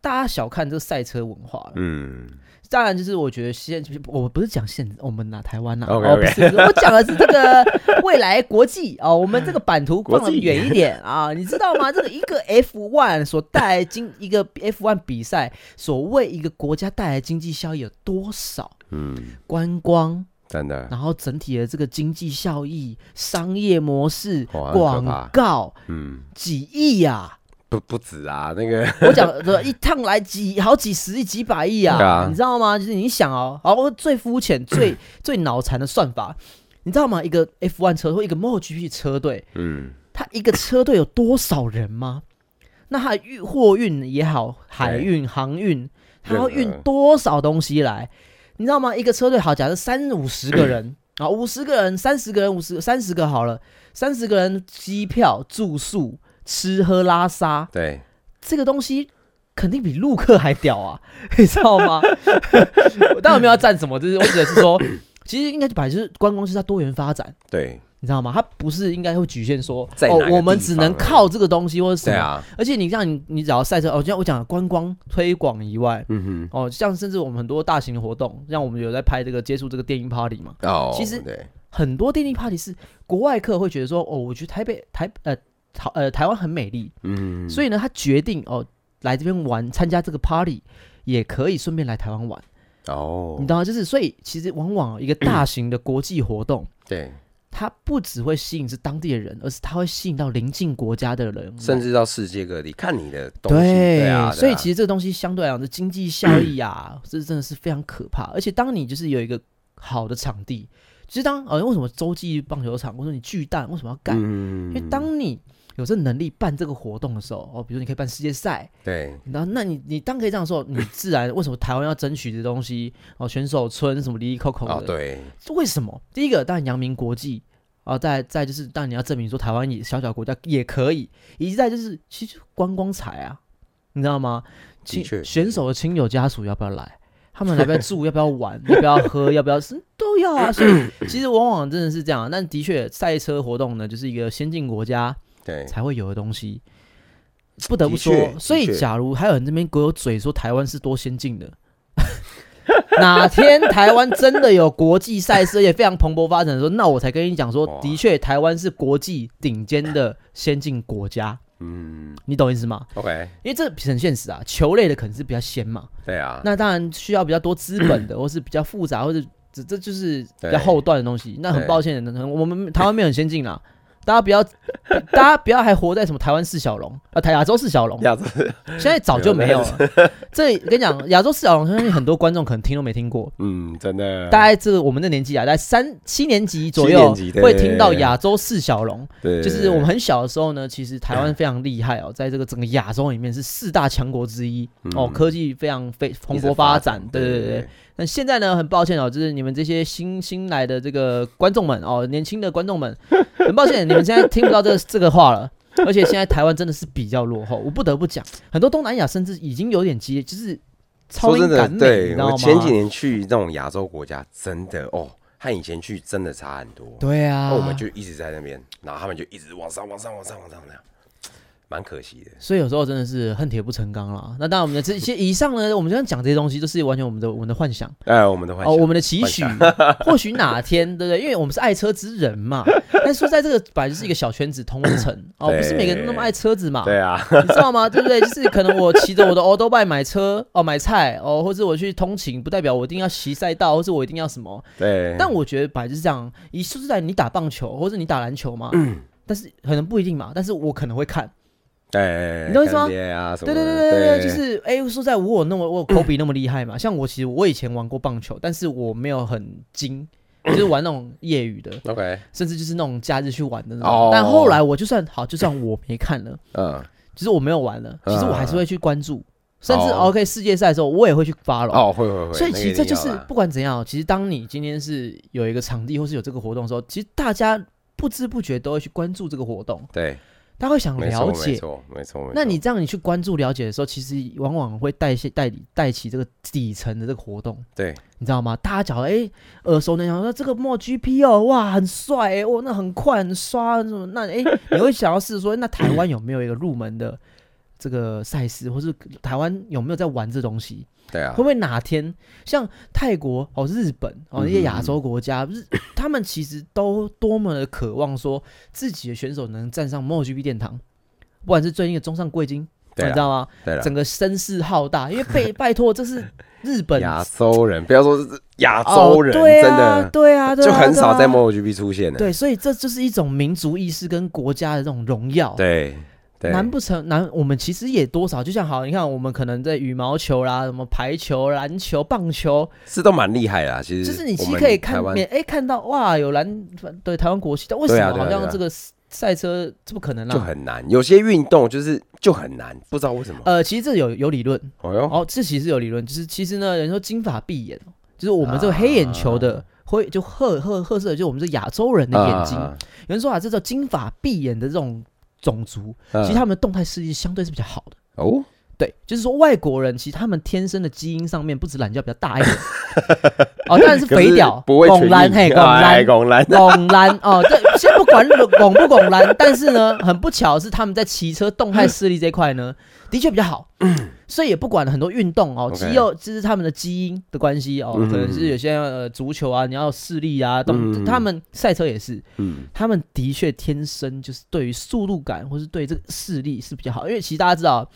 B: 大家小看这赛车文化了，
A: 嗯，
B: 当然就是我觉得现我不是讲现我们呐台湾呐，
A: OK，
B: 哦
A: OK
B: 不是，不是我讲的是这个未来国际哦，我们这个版图
A: 国
B: 放
A: 际
B: 得远一点啊，你知道吗？这个一个 F one 所带来经 一个 F one 比赛所为一个国家带来经济效益有多少？
A: 嗯，
B: 观光。
A: 真的，
B: 然后整体的这个经济效益、商业模式、
A: 哇很可怕
B: 广告
A: 嗯，
B: 几亿啊呀、
A: 不不止啊，那个
B: 我讲的一趟来几好几十亿、几百亿啊，
A: 对啊
B: 你知道吗？就是你想哦，好，我最肤 浅、最最脑残的算法，你知道吗？一个 F1 车或一个 MotoGP 车队，
A: 嗯，
B: 它一个车队有多少人吗？那它运货运也好，海运、航运，它要运
A: 任何
B: 多少东西来？你知道吗？一个车队好，假设三五十个
A: 嗯
B: 人啊，五十个人、三十个人、五十三十个好了，三十个人机票、住宿、吃喝拉撒，
A: 对，
B: 这个东西肯定比陆客还屌啊， 你知道吗？我当然没有要站什么，就是我指的是 说，其实应该就本来就是观光就是要多元发展。
A: 对，
B: 你知道吗？它不是应该会局限说
A: 在
B: 哦
A: 哪，个
B: 我们
A: 地
B: 只
A: 方
B: 能
A: 而已
B: 靠这个东西或者什
A: 对
B: 么。
A: 啊，
B: 而且你像你，你只要赛车哦，就像我讲的观光推广以外，
A: 嗯
B: 哦，像甚至我们很多大型的活动，像我们有在拍这个接触这个电影 party 嘛，
A: 哼，哦，
B: 其实
A: 对，
B: 很多电影 party 是国外客会觉得说哦，我觉得台北台呃台呃台湾很美丽，
A: 嗯，
B: 所以呢，他决定哦来这边玩，参加这个 party 也可以顺便来台湾玩，
A: 哦
B: 你，知道吗？就是所以其实往往一个大型的国际活动，
A: 对，
B: 它不只会吸引是当地的人，而是它会吸引到邻近国家的人来，
A: 甚至到世界各地看你的东西，
B: 嗯对
A: 对啊，
B: 所以其
A: 实
B: 实这个东西相对来讲的经济效 益啊，这真的是非常可怕。而且当你就是有一个好的场地，其实当呃为什么洲际棒球场，或者说你巨蛋为什么要盖？
A: 嗯
B: 因为当你有这能力办这个活动的时候，哦，比如你可以办世界赛，
A: 对
B: 然后那你你当可以这样说，你自然为什么台湾要争取的东西哦，选手村什么离离扣扣的，
A: 哦对，
B: 为什么？第一个当然扬名国际啊，再来再来就是当然你要证明说台湾也小小国家也可以，以及再来就是其实观光财啊，你知道吗？亲
A: 确
B: 选手的亲友家属要不要来？他们来不要住，要不要玩，要不要喝，要不 要是都要啊。所以其实往往真的是这样，啊但的确赛车活动呢，就是一个先进国家
A: 对
B: 才会有的东西。不得不
A: 的
B: 说
A: 确，
B: 所以
A: 的确
B: 假如还有人这边给我嘴说台湾是多先进的，哪天台湾真的有国际赛事，而且非常蓬勃发展的时候，那我才跟你讲说
A: 哇，
B: 的确台湾是国际顶尖的先进国家，
A: 嗯
B: 你懂意思吗？
A: ，OK，
B: 因为这很现实啊，球类的可能是比较先嘛，
A: 对啊，
B: 那当然需要比较多资本 的，或是比较复杂，或者这这就是比
A: 对
B: 较后段的东西。那很
A: 对
B: 抱歉，我们台湾没有很先进啦， 大家不要，大家不要还活在什么台湾四小龙啊，台亚洲四小龙，
A: 要子，
B: 现在早就没有了。 这跟你讲，亚洲四小龙，相信很多观众可能听都没听过。
A: 嗯，真的，
B: 大概这个我们的年纪啊，大概三七年级左
A: 七
B: 右
A: 年级对
B: 会听到亚洲四小龙，
A: 对嗯
B: 就是我们很小的时候呢，其实台湾非常厉害哦，在这个整个亚洲里面是四大强国之一哦，
A: 嗯
B: 科技非常非蓬
A: 一直
B: 勃发展，对对
A: 对
B: 对。那现在呢，很抱歉哦，就是你们这些新新来的这个观众们哦，年轻的观众们，很抱歉，你们现在听不到这这个话了。而且现在台湾真的是比较落后，我不得不讲，很多东南亚甚至已经有点接，就是超
A: 说
B: 英
A: 真的
B: 赶，美，你
A: 对
B: 知道吗
A: 我？前几年去那种亚洲国家，真的哦，和以前去真的差很多。
B: 对啊，
A: 那我们就一直在那边，然后他们就一直往上、往上、往上、往上那样，蛮可惜的。
B: 所以有时候真的是恨铁不成钢啦。那当然，我们的这些以上呢，我们刚刚讲这些东西，都是完全我们的我们的幻想
A: 哎，我们的幻
B: 哦，我
A: 想，
B: 们的期许， 或许哪天，对不对？因为我们是爱车之 人嘛。但是说在这个本来就是一个小圈子，同 温层哦，不是每个人都那么爱车子嘛，
A: 对啊，
B: 你知道吗？对不对？就是可能我骑着我的 o d o b i 买车哦，买菜哦，或者我去通勤，不代表我一定要骑赛道，或者我一定要什么。
A: 对，
B: 但我觉得本来就是这样，以说实在，你打棒球或者你打篮球嘛，
A: 嗯
B: 但是可能不一定嘛，但是我可能会看。
A: 对，
B: 你懂我意思吗
A: 干爹啊，什
B: 对
A: 么
B: 对
A: 的
B: 对对
A: 对
B: 对，就是哎、说实在我有那么我有科比那么厉害 嘛？像我其实我以前玩过棒球，但是我没有很精，就是玩那种业余的，
A: OK，
B: 甚至就是那种假日去玩的那种。
A: 哦
B: 但后来我就算好，就算我没看了，
A: 嗯，
B: 就是我没有玩了，其实我还是会去关注，甚至
A: 哦
B: OK 世界赛的时候我也会去 follow。
A: 哦，会会会，
B: 所以
A: 那个
B: 其实
A: 一
B: 这
A: 定
B: 就
A: 要
B: 是
A: 啦
B: 不管怎样，其实当你今天是有一个场地或是有这个活动的时候，其实大家不知不觉都会去关注这个活动，
A: 对，
B: 他会想
A: 没错
B: 了
A: 没
B: 解
A: 错没错没错。
B: 那你这样你去关注了解的时候，其实往往会带些带带起这个底层的这个活动，
A: 对
B: 你知道吗？大家讲哎耳熟能详，说这个莫 GP 哦，哇很帅哎，哦那很快很刷什么，那哎你会想要试说，那台湾有没有一个入门的这个赛事，或是台湾有没有在玩这东西？
A: 对啊
B: 会不，会哪天像泰国哦、日本哦那些
A: 嗯
B: 亚洲国家，日他们其实都多么的渴望说自己的选手能站上 MotoGP 殿堂，不管是最近的中上贵金，
A: 对
B: 你知
A: 啊
B: 道吗？
A: 对了
B: 整，个声势浩大，因为 被拜托这是日本
A: 亚洲人，不要说是亚
B: 哦
A: 洲人，
B: 对
A: 真
B: 啊
A: 的
B: 对啊，对啊
A: 就很少在
B: 对啊
A: MotoGP 出现的。
B: 对，所以这就是一种民族意识跟国家的这种荣耀。
A: 对对，
B: 难不成难？我们其实也多少，就像好，你看我们可能在羽毛球啦、什么排球、篮球、棒球，
A: 是都蛮厉害啦，其
B: 就
A: 实
B: 是你
A: 我
B: 其实
A: 们
B: 可以
A: 台
B: 看
A: 湾
B: 免哎、看到哇有蓝对台湾国旗，但为什
A: 对啊
B: 么
A: 对啊
B: 好
A: 对
B: 像
A: 啊
B: 这个赛车这不可能
A: 就
B: 啦？
A: 很难，有些运动就是就很难，不知道为什么。
B: 呃，其实这有有理论
A: 哦哟，
B: 哦，这其实有理论，就是其实呢，人说金发碧眼，哦就是我们这个黑眼球的。会就褐褐褐色，就是我们这亚洲人的眼睛。
A: 啊
B: 有人说啊，这叫金发碧眼的这种种族，
A: 啊
B: 其实他们的动态视力相对是比较好的。
A: 哦，
B: 对，就是说外国人其实他们天生的基因上面不止懒觉比较大 一点，哦，当然是
A: 可是
B: 肥屌，
A: 不会哎
B: 拱 蓝嘿，拱蓝
A: 拱蓝，
B: 拱蓝哦，这先不管 拱不拱蓝，但是呢，很不巧的是他们在骑车动态视力这一块呢，的确比较好。所以也不管很多运动哦，
A: OK
B: 肌肉这是他们的基因的关系哦，
A: 嗯
B: 可能是有些呃足球啊，你要视力啊，动、
A: 嗯
B: 他们赛车也是，
A: 嗯，
B: 他们的确天生就是对于速度感或是对这个视力是比较好，因为其
A: 嗯
B: 实大家知道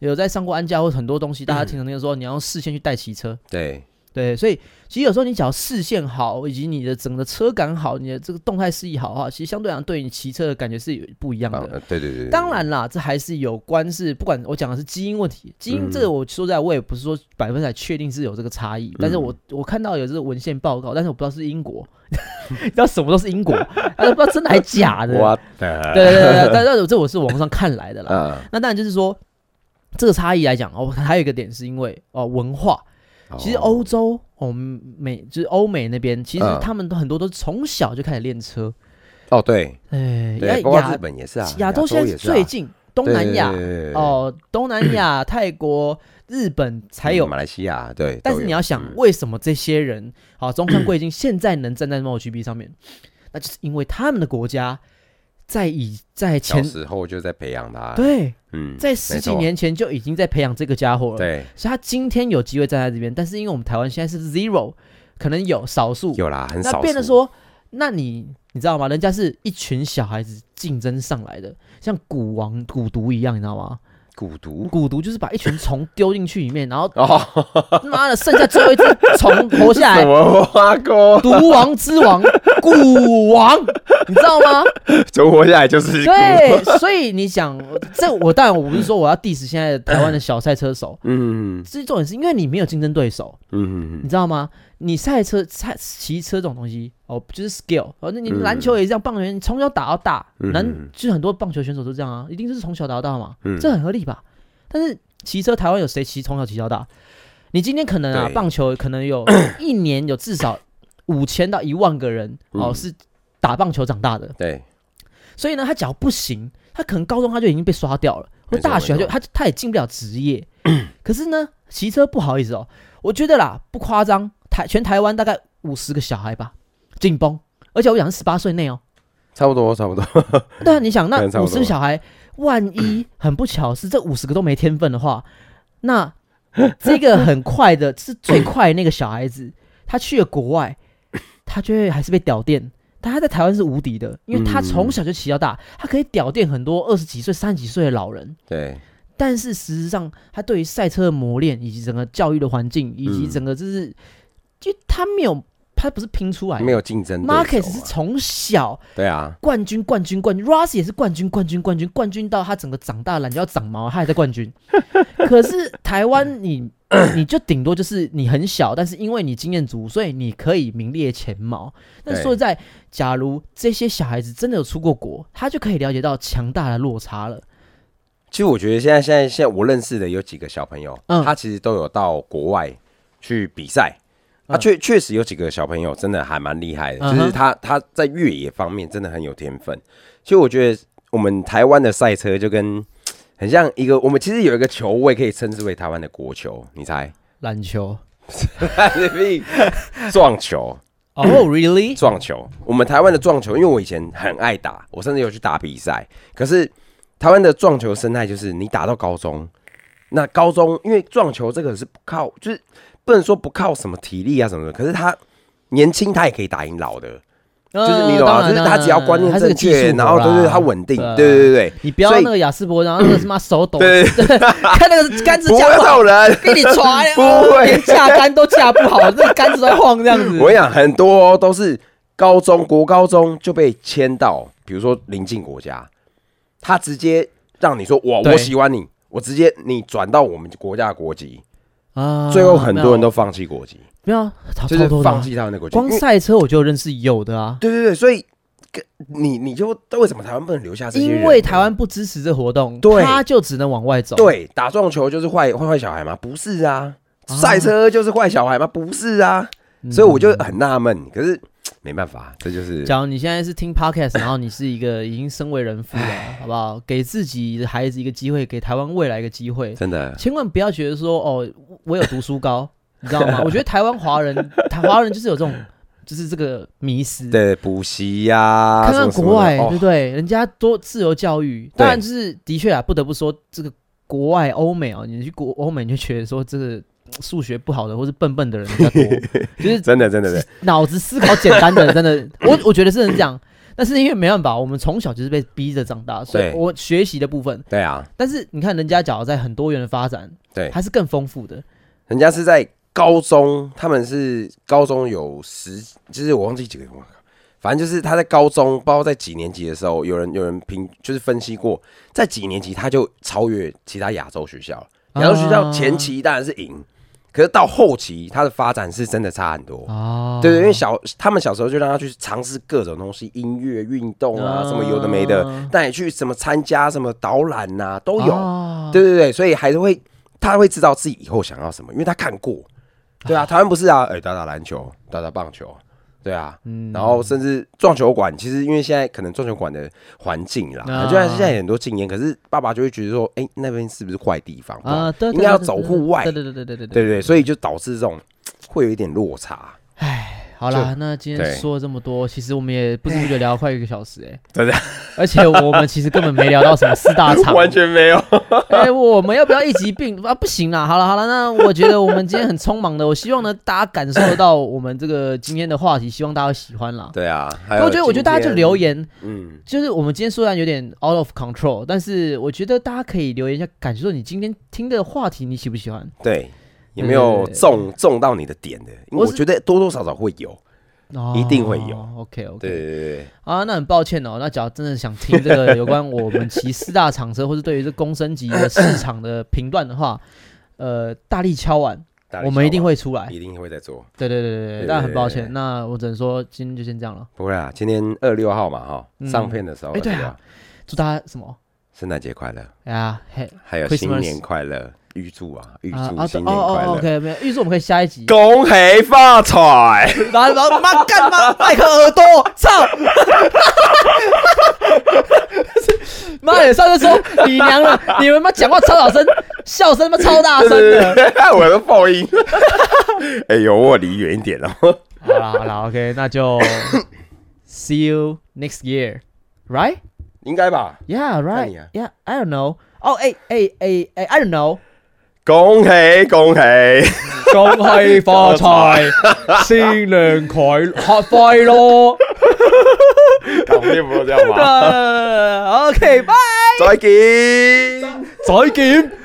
B: 有在上过安家或很多东西，大家听的那个说你要事先去带骑车，
A: 对，
B: 对对，所以其实有时候你只要视线好，以及你的整个车感好，你的这个动态视野好啊，其实相对来讲对你骑车的感觉是有不一样
A: 啊
B: 的。
A: 呃对对对，对
B: 当然啦，这还是有关是，不管我讲的是基因问题，基因这个我说实在，我也不是说百分百确定是有这个差异，但是我我看到有这个文献报告，但是我不知道是英国， 你知道什么都是英国，但是不知道真的还假 的。
A: 我
B: 对对对对，但但这我是网上看来的啦。
A: 啊，
B: 那当然就是说，这个差异来讲哦，还有一个点是因为哦文化，其实欧洲哦美就是欧美那边，其实
A: 嗯
B: 他们都很多都从小就开始练车，
A: 哦对
B: 哎、
A: 对，包括
B: 那亚
A: 日本也是啊，
B: 亚洲现在
A: 也是啊
B: 最近东
A: 对
B: 南
A: 对
B: 亚
A: 对对嗯对对
B: 哦，东南 亚、泰国、日本才
A: 嗯
B: 有。
A: 马来西亚对，
B: 但
A: 都
B: 是
A: 有
B: 你要想，
A: 嗯
B: 为什么这些人好中 山贵金现在能站在 MotoGP 上面，那就是因为他们的国家在以在
A: 小
B: 前
A: 时候就在培养他，
B: 对，
A: 嗯，
B: 在十
A: 没
B: 几
A: 错
B: 年前就已经在培养这个家伙了。
A: 对
B: 所以他今天有机会站在这边，但是因为我们台湾现在是 zero，可能有少数，
A: 有啦，很
B: 那
A: 少
B: 变得
A: 数
B: 说，那你你知道吗？人家是一群小孩子竞争上来的，像蛊王蛊毒一样，你知道吗？
A: 蛊毒
B: 蛊毒就是把一群虫丢进去里 面，然后
A: 哦，
B: 妈的剩下最后一只虫活下
A: 什
B: 来。
A: 哦么挖沟，
B: 毒王之 王，蛊王，你知道吗？
A: 存活下来就是蛊
B: 对，所以你想，这我当然我不是说我要 diss 现在的台湾的小赛车 手，
A: 嗯
B: 这重点是因为你没有竞争对手，
A: 嗯
B: 你知道吗？你赛车、赛骑车这种东西，哦，就是 skill。哦，那你
A: 嗯
B: 篮球也是这样，棒球也是你从小打到大，
A: 嗯
B: 男就是很多棒球选手都这样啊，一定是从小打到大嘛，
A: 嗯
B: 这很合理吧？但是骑车，台湾有谁骑从小骑到大？你今天可能啊，
A: 对
B: 棒球可 能有一年有至少五千到一万个人哦、
A: 嗯
B: 是打棒球长大的，
A: 对，
B: 所以呢，他只要不行，他可能高中他就已经被刷掉了，或
A: 没错
B: 大学他就
A: 没错
B: 他他也进不了 职业。可是呢，骑车不好意思哦，我觉得啦，不夸张，台全台湾大概五十个小孩吧，紧绷，而且我讲是十八岁内哦。
A: 差不多差不多，
B: 对啊，你想那
A: 可能差不
B: 五
A: 多
B: 十个小孩，万一很不巧是这五十个都没天分的话， 那这个很快的是最快的那个小 孩子，他去了国外，他就会还是被屌电。但他在台湾是无敌的，因为他
A: 嗯
B: 从小就骑到大，他可以屌电很多二十几岁、三十几岁的老人。
A: 对，
B: 但是事实上，他对于赛车的磨练，以及整个教育的环境，以及
A: 嗯
B: 整个就是，就他没有，他不是拼出来的。
A: 没有竞争
B: m a r k e
A: 对
B: s 哎
A: 手嘛，啊
B: 是从小
A: 对啊，
B: 冠军，冠军，冠军，Ross 也是冠军，冠军，冠军，冠军到他整个长大懒觉要长毛，他还在冠军。 可是台湾你你就顶多就是你很小，但是因为你经验足，所以你可以名列前茅。那
A: 对
B: 说实在，假如这些小孩子真的有出过国，他就可以了解到强大的落差了。
A: 其实我觉得现在现在现在我认识的有几个小朋友，
B: 嗯
A: 他其实都有到国外去比赛。啊，确确实有几个小朋友真的还蛮厉害的，
B: 嗯嗯哼
A: 就是他他在越野方面真的很有天分。其实我觉得我们台湾的赛车就跟很像一个，我们其实有一个球位可以称之为台湾的国球，你猜？
B: 篮球
A: 撞球，
B: 哦、r e a l l y
A: 撞球，我们台湾的撞球，因为我以前很爱打，我甚至有去打比赛。可是台湾的撞球生态就是你打到高中，那高中因为撞球这个是不靠，就是不能说不靠什么体力啊什么的，可是他年轻他也可以打赢老的，就是你懂
B: 呃
A: 吗、
B: 啊
A: 就是他只要观念正确，然后就是他稳定，对对对对，
B: 你不要
A: 所以
B: 那个雅思伯，然后那个什么手抖，
A: 对
B: 看那个杆子
A: 不会啊
B: 架不好
A: 有人。
B: 给你传，
A: 不会
B: 连架杆都架不 好，这个杆子在晃这样子
A: 我。跟你讲，很多都是高中、国高中就被签到，比如说邻近国家，他直接让你说我
B: 对
A: 我喜欢你，我直接你转到我们国家的国籍，
B: 啊
A: 最后很多人都放弃国籍，
B: 没有，没有超
A: 就是
B: 超多的
A: 放
B: 啊。
A: 弃他们的国籍。
B: 光
A: 因为
B: 赛车我就认识有的啊，
A: 对对对，所以跟你你就为什么台湾不能留下这些人呢？
B: 因为台湾不支持这活动，
A: 对
B: 他就只能往外走。，
A: 对打撞球就是坏坏坏小孩吗？不是啊，
B: 啊
A: 赛车就是坏小孩吗？不是啊，
B: 嗯
A: 所以我就很纳闷，可是没办法，这就是
B: 假如你现在是听 podcast，然后你是一个已经身为人 父了，好不好？给自己的孩子一个机会，给台湾未来一个机会，
A: 真的
B: 千万不要觉得说哦，我有读书高，你知道 吗？我觉得台湾华人，台华人就是有这种，就是这个迷失。
A: 对补习呀，
B: 看
A: 什
B: 看
A: 么什
B: 国
A: 么的
B: 外，
A: 哦
B: 对不对？人家多自由教育，当然就是的确啊，不得不说这个国外欧美啊，你去国欧美你就觉得说这个呃数学不好的或是笨笨的人比较多， 就是
A: 真的真的真的，
B: 脑子思考简单的人真的，我我觉得是这样。但是因为没办法，我们从小就是被逼着长大，所以
A: 对
B: 我学习的部分，
A: 对啊，
B: 但是你看人家假如在很多元的发展，
A: 对
B: 它是更丰富的，
A: 人家是在高中他们是高中有十，就是我忘记几个，我靠反正就是他在高中，包括在几年级的时候，有人有人评就是分析过，在几年级他就超越其他亚洲学校了。亚洲学校前期当然是赢，可是到后期他的发展是真的差很多。
B: 啊，
A: 对对，因为小他们小时候就让他去尝试各种东西，音乐、运动啊，什么有的没的，
B: 啊
A: 但也去什么参加什么导览呐、都有。
B: 啊
A: 对对对，所以还是会他会知道自己以后想要什么，因为他看过。对啊，台湾不是啊，哎、打打篮球，打打棒球，对啊，
B: 嗯
A: 然后甚至撞球馆，其实因为现在可能撞球馆的环境啦，
B: 啊
A: 虽然现在很多禁烟，可是爸爸就会觉得说，哎、那边是不是坏地方？
B: 啊，对，对
A: 应该要
B: 对对
A: 走
B: 对
A: 户外
B: 对对对对对对
A: 对对对，所以就导致这种会有一点落差，
B: 哎，好啦，那今
A: 对
B: 天说了这么多，其实我们也不知不觉聊了快一个小时、哎，
A: 真的，
B: 而且我们其实根本没聊到什么四大 厂，
A: 全没有。
B: 哎、我们要不要一集并 啊？不行啦，好了好了，那我觉得我们今天很匆忙的，我希望呢大家感受得到我们这个今天的话题，希望大家喜欢啦。
A: 对啊，还有
B: 我觉得，我觉得大家就留，言，
A: 嗯，
B: 就是我们今天虽然有点 out of control，但是我觉得大家可以留言一下，感受你今天听的话题，你喜不喜欢？
A: 对，有没有
B: 对
A: 中中到你的点的？因为
B: 嗯我
A: 我
B: 是
A: 觉得多多少少会有，
B: 哦
A: 一定会有
B: OK OK，
A: 对对对对，
B: 啊，那很抱歉哦。那假如真的想听这个有关我们骑四大厂车，或是对于这公升级的市场的评断的话，呃，大力敲碗，
A: 大力
B: 我们一
A: 敲
B: 定
A: 吧
B: 会出来。
A: 啊一定会再做。
B: 对对对对
A: 对
B: 对，但很抱
A: 对对
B: 歉，那我只能说今天就先这样了。
A: 不会啊，今天二六号嘛哈，
B: 嗯
A: 上片的时候，
B: 哎对啊
A: 吧，
B: 祝大家什么？
A: 圣诞节快乐，
B: 哎呀，嘿，
A: 还有
B: Christmas
A: 新年快乐，预祝啊，预
B: 啊
A: 祝
B: 啊，对
A: 新
B: 哦
A: 年快
B: 哦
A: 乐，
B: ，OK，没有，预祝我们可以下一集。
A: 恭喜发 财，
B: 然后然后妈干妈麦克耳朵，操！ 妈的，上次说你娘了，你们妈讲话超小声，笑声妈超大声的。
A: 我的爆音， 哎呦，我离远一点哦，
B: 好啦好啦，OK，那就 see you next year, right?
A: 应该吧？
B: Yeah,
A: 你啊
B: right. Yeah, I don't know. 哦，哎哎哎哎，I don't know.
A: 恭喜恭喜，
B: 恭喜发财，新年快乐，快 乐。
A: 搞定 不都这样吗？
B: OK，拜，
A: 再见。
B: 再见。